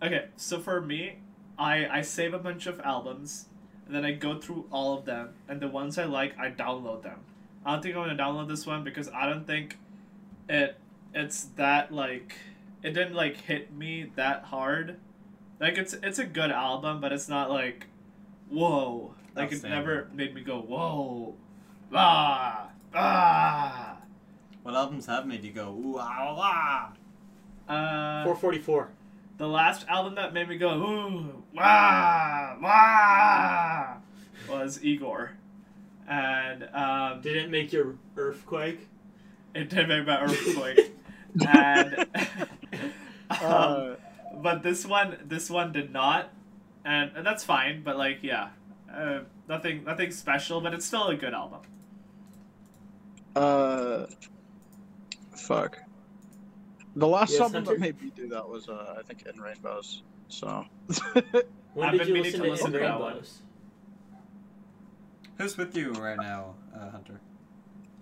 S3: Okay, so for me, I I save a bunch of albums, and then I go through all of them, and the ones I like, I download them. I don't think I'm gonna download this one because I don't think it it's that like it didn't like hit me that hard. Like it's it's a good album, but it's not like whoa. Like it
S2: Outstanding.
S3: never made me go whoa, ah ah.
S2: What albums have made you go ooh ah ah?
S3: Uh,
S1: 444.
S3: The last album that made me go, ooh, wah, wah, was Igor. And um,
S1: Did it make your earthquake?
S3: it did make my earthquake. and, um,
S5: Uh,
S3: but this one, this one did not. And, and that's fine, but like, yeah. Uh, nothing, nothing special, but it's still a good album.
S5: uh, fuck. The last
S1: Yes,
S5: album
S1: Hunter?
S5: that made me do that was, uh, I think, In Rainbows. So,
S1: When
S3: I've
S1: did
S3: been
S1: you listen
S3: meaning to
S1: to,
S3: listen
S1: In
S3: to that
S1: Rainbows?
S2: Who's with you right now, uh, Hunter?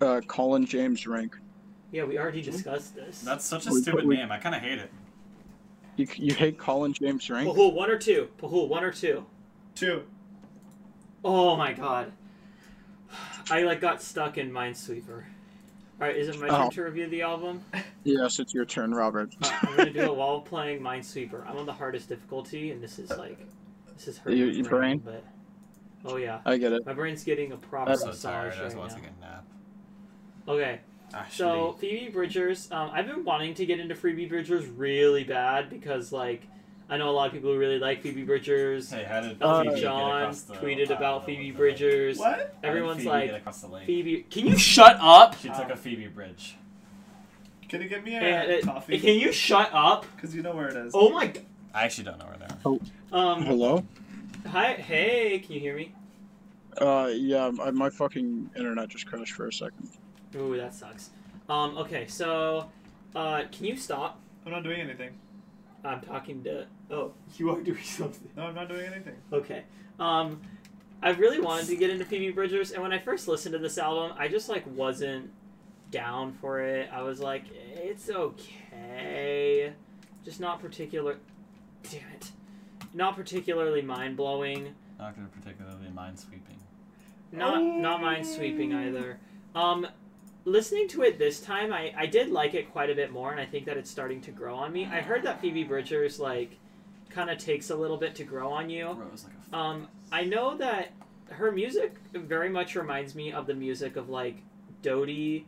S5: uh, Colin James Rank.
S1: Yeah, we already discussed this.
S2: That's such a
S5: We-
S2: stupid
S5: we-
S2: name. I kind of hate it.
S5: You, you hate Colin James Rank?
S1: Pahul, one or two? Pahul, one or two?
S3: Two.
S1: Oh my god. I like got stuck in Minesweeper. Alright, is it my turn
S5: Oh.
S1: to review the album?
S5: Yes, it's your turn, Robert.
S1: Uh, I'm gonna do it while playing Minesweeper. I'm on the hardest difficulty and this is like this is hurting
S5: Your-
S1: my
S5: your
S1: but Oh yeah.
S5: I get it.
S1: My brain's getting a proper
S2: I'm so
S1: massage
S2: tired. I
S1: right
S2: just
S1: now.
S2: want to take a nap.
S1: Okay.
S2: Ah,
S1: So Phoebe Bridgers, um, I've been wanting to get into Phoebe Bridgers really bad because like I know a lot of people who really like Phoebe
S2: shitty.
S1: Bridgers.
S2: Hey, how did
S5: Uh,
S1: Elton
S2: Phoebe get
S1: John
S2: across the
S1: tweeted about
S2: aisle
S1: Phoebe
S2: with the
S1: Bridgers.
S3: What?
S2: lake? How did
S1: Everyone's
S2: Phoebe
S1: like
S2: get across the lake?
S1: Phoebe. Can you shut up?
S2: She took a Phoebe bridge.
S3: Can you give me a
S1: And it-
S3: coffee?
S1: can you shut up?
S3: Because you know where it is.
S1: Oh my. g-
S2: I actually don't know where they are.
S1: Um.
S5: Hello?
S1: Hi. Hey. Can you hear me?
S5: Uh, yeah, my, my fucking internet just crashed for a second.
S1: Ooh, that sucks. Um. Okay. So, uh, can you stop?
S3: I'm not doing anything.
S1: I'm talking to. Oh, you are doing something.
S3: No, I'm not doing anything.
S1: Okay. Um, I really wanted to get into Phoebe Bridgers, and when I first listened to this album, I just like wasn't down for it. I was like, it's okay, just not particular. Damn it, not particularly mind blowing.
S2: Not gonna particularly mind sweeping.
S1: Not not mind sweeping either. Um, listening to it this time, I I did like it quite a bit more, and I think that it's starting to grow on me. I heard that Phoebe Bridgers like kind of takes a little bit to grow on you.
S2: Rose like a.
S1: Um, I know that her music very much reminds me of the music of like Dodie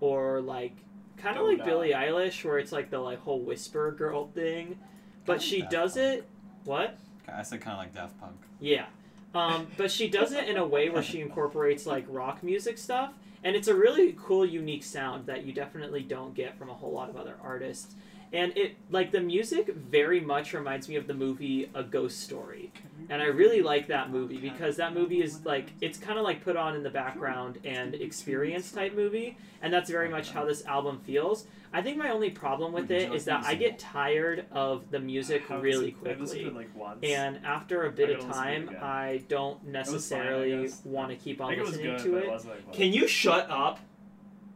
S1: or like kind of like
S3: Doda.
S1: Billie Eilish, where it's like the like whole whisper girl thing, but
S2: Kinda
S1: she
S2: Daft
S1: does
S2: Punk.
S1: it. What?
S2: I said kind of like Daft Punk.
S1: Yeah. Um, but she does it in a way where she incorporates like rock music stuff, and it's a really cool, unique sound that you definitely don't get from a whole lot of other artists. And it like the music very much reminds me of the movie A Ghost Story and I really like that movie because that movie is like it's kind of like put on in the background and experience type movie, and that's very much how this album feels. I think my only problem with it is that I get tired of the music
S3: I haven't
S1: really
S3: listened- I've listened to it,
S1: quickly,
S3: like once.
S1: and after a bit
S3: I
S1: of
S3: can listen to it
S1: time,
S3: again.
S1: I don't necessarily
S3: guess.
S1: want to keep
S3: I
S1: on
S3: think it was
S1: listening
S3: good,
S1: to
S3: but it
S1: it.
S3: wasn't like
S1: Can you shut up?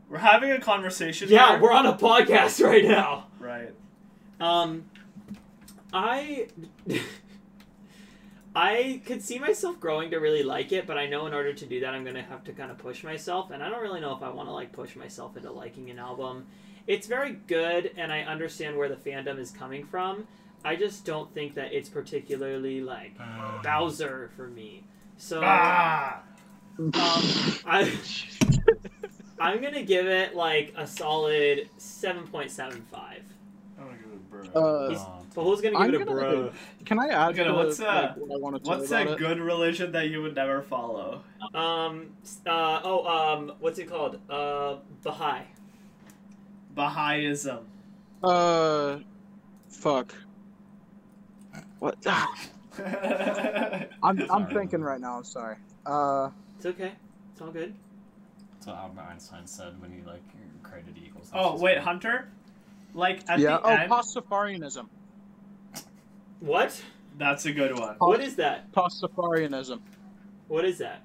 S3: We're having a conversation.
S1: Yeah,
S3: here.
S1: we're on a podcast right now.
S3: right.
S1: Um, I I could see myself growing to really like it, but I know in order to do that, I'm gonna have to kind of push myself, and I don't really know if I want to like push myself into liking an album. It's very good, and I understand where the fandom is coming from. I just don't think that it's particularly like Bowser for me. So
S3: Ah!
S1: um, I I'm gonna give it like a solid seven point seven five.
S3: I'm gonna give it a bro.
S5: Uh,
S1: He's- But who's gonna give
S5: I'm
S1: it a
S5: gonna
S1: bro?
S5: can I add
S3: Okay,
S5: to,
S3: what's, uh,
S5: like, what I want to tell
S3: What's
S5: you
S3: a
S5: about it?
S3: good religion that you would never follow?
S1: Um. s- Uh. Oh. Um. What's it called? Uh. Baha'i.
S3: Baha'ism.
S5: Uh, fuck. What?
S3: That's
S5: I'm, I'm
S2: Sorry.
S5: thinking right now. I'm sorry. Uh,
S1: It's okay. It's all good.
S2: That's what Albert Einstein said when he like created E equals.
S3: oh wait, Hunter. Like at
S5: yeah.
S3: the
S5: Oh,
S3: end,
S5: Pastafarianism.
S1: What?
S3: that's a good one.
S1: What is that?
S5: Pastafarianism.
S1: What is that?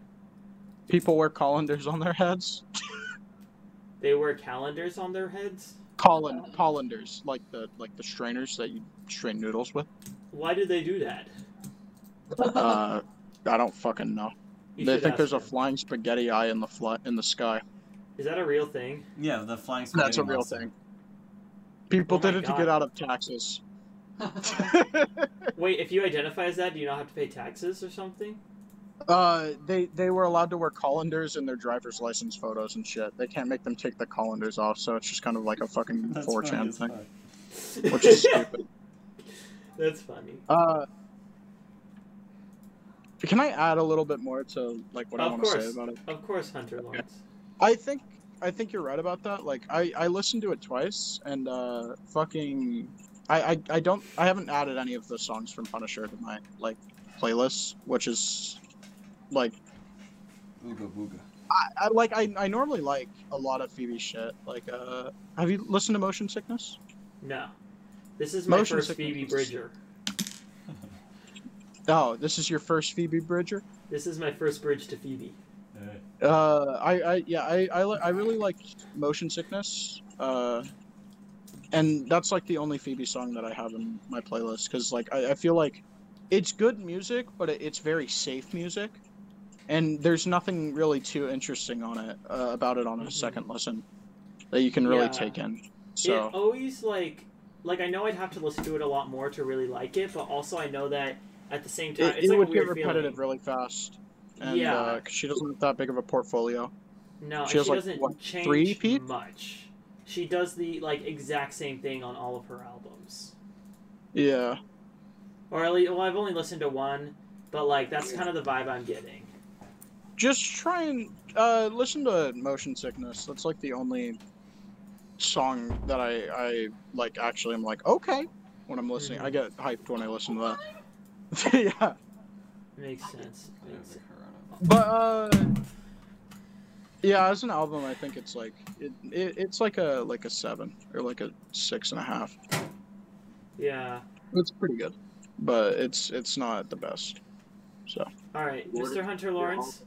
S5: People wear colanders on their heads.
S1: They wear calendars on their heads.
S5: Colin colanders, like the like the strainers that you strain noodles with.
S1: Why did they do that?
S5: Uh, I don't fucking know.
S1: You
S5: they
S1: should
S5: think
S1: ask
S5: there's a
S1: them.
S5: flying spaghetti eye in the fly in the sky.
S1: Is that a real thing?
S4: Yeah, the flying spaghetti.
S5: That's a real
S4: monster.
S5: thing. People
S1: Oh my
S5: did it
S1: God.
S5: to get out of taxes.
S1: Wait, if you identify as that, do you not have to pay taxes or something?
S5: uh, they they were allowed to wear colanders in their driver's license photos and shit. They can't make them take the colanders off, so it's just kind of like a fucking
S4: That's
S5: 4chan
S4: funny
S5: thing,
S4: as fuck.
S5: which is stupid.
S1: That's funny.
S5: Uh, can I add a little bit more to like what I
S1: Of
S5: want to say
S1: course.
S5: about it?
S1: Of course, Hunter Lawrence.
S5: I think I think you're right about that. Like I I listened to it twice and uh fucking I I, I don't I haven't added any of the songs from Punisher to my like playlist, which is like
S4: Ooga booga.
S5: I like I, I normally like a lot of Phoebe shit. Like uh have you listened to Motion Sickness?
S1: No. This is my
S5: Motion
S1: first
S5: sickness.
S1: Phoebe Bridger.
S5: Oh, this is your first Phoebe Bridger?
S1: This is my first bridge to Phoebe.
S5: Uh, I, I yeah, I, I, li- I really like motion sickness. Uh, and that's like the only Phoebe song that I have in my playlist because like I, I feel like it's good music, but it, it's very safe music, and there's nothing really too interesting on it uh, about it on a
S1: Mhm.
S5: second listen that you can really
S1: Yeah.
S5: take in. So
S1: It always like like I know I'd have to listen to it a lot more to really like it, but also I know that at the same time
S5: it,
S1: it's
S5: it
S1: like
S5: would
S1: a
S5: get
S1: weird
S5: repetitive
S1: feeling.
S5: really fast. And
S1: Yeah.
S5: uh 'cause she doesn't have that big of a portfolio.
S1: No, and
S5: She
S1: she
S5: has, like,
S1: doesn't
S5: what,
S1: change
S5: three, Pete?
S1: much. She does the like exact same thing on all of her albums.
S5: Yeah.
S1: Or at least well, I've only listened to one, but like that's kind of the vibe I'm getting.
S5: just try and uh, listen to motion sickness that's like the only song that i i like actually i'm like okay when i'm listening i get hyped when i listen to that yeah
S1: Makes sense. Makes sense.
S5: but uh yeah as an album i think it's like it, it it's like a like a seven or like a six and a half
S1: Yeah.
S5: it's pretty good but it's it's not the best
S1: All right,
S6: Lord
S1: Mr.
S6: of
S1: Hunter Lawrence.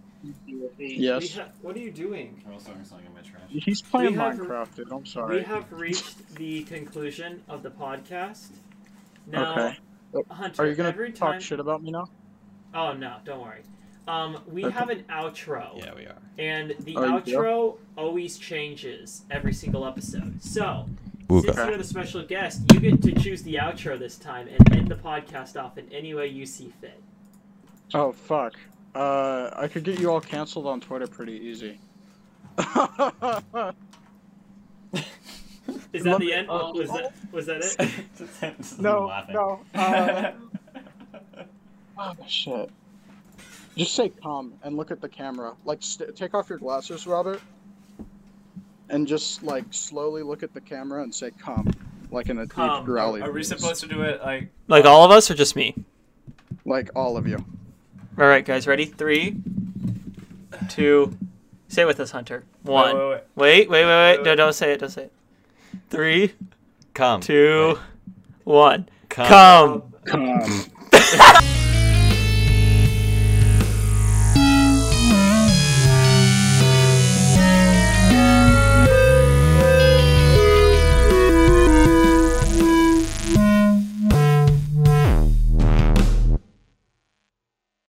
S1: we
S5: yes
S1: ha- what are you doing?
S4: I'm also something in my trash.
S5: he's playing
S1: We have-
S5: minecraft dude i'm
S1: We
S5: sorry
S1: have reached the conclusion of the podcast. Now,
S5: Okay.
S1: Hunter,
S5: are you gonna
S1: every
S5: talk
S1: time.
S5: shit about me now
S1: Oh no, don't worry. Um, we
S5: Okay.
S1: have an outro,
S4: Yeah, we are.
S1: and the
S5: Oh, you do?
S1: outro always changes every single episode. So, since
S5: Okay.
S1: you're the special guest, you get to choose the outro this time and end the podcast off in any way you see fit.
S5: Oh fuck. Uh, I could get you all canceled on Twitter pretty easy.
S1: Is that
S5: Love
S1: the end?
S6: Oh.
S1: was that was that it?
S5: no, no. Uh, oh, shit. Just say "come" and look at the camera. Like, st- take off your glasses, Robert, and just like slowly look at the camera and say "come," like in a
S1: Come.
S5: deep growly.
S11: Are we
S5: voice.
S11: supposed to do it like
S1: Like all of us, or just me?
S5: Like all of you.
S1: All right, guys, ready? Three, two, say it with us, Hunter. One.
S11: Wait, wait, wait.
S1: Wait, wait, wait, wait.
S11: Wait,
S1: No,
S11: wait.
S1: don't say it. Don't say it. Three,
S12: Come.
S1: two, one.
S12: Come.
S1: Come.
S5: Come.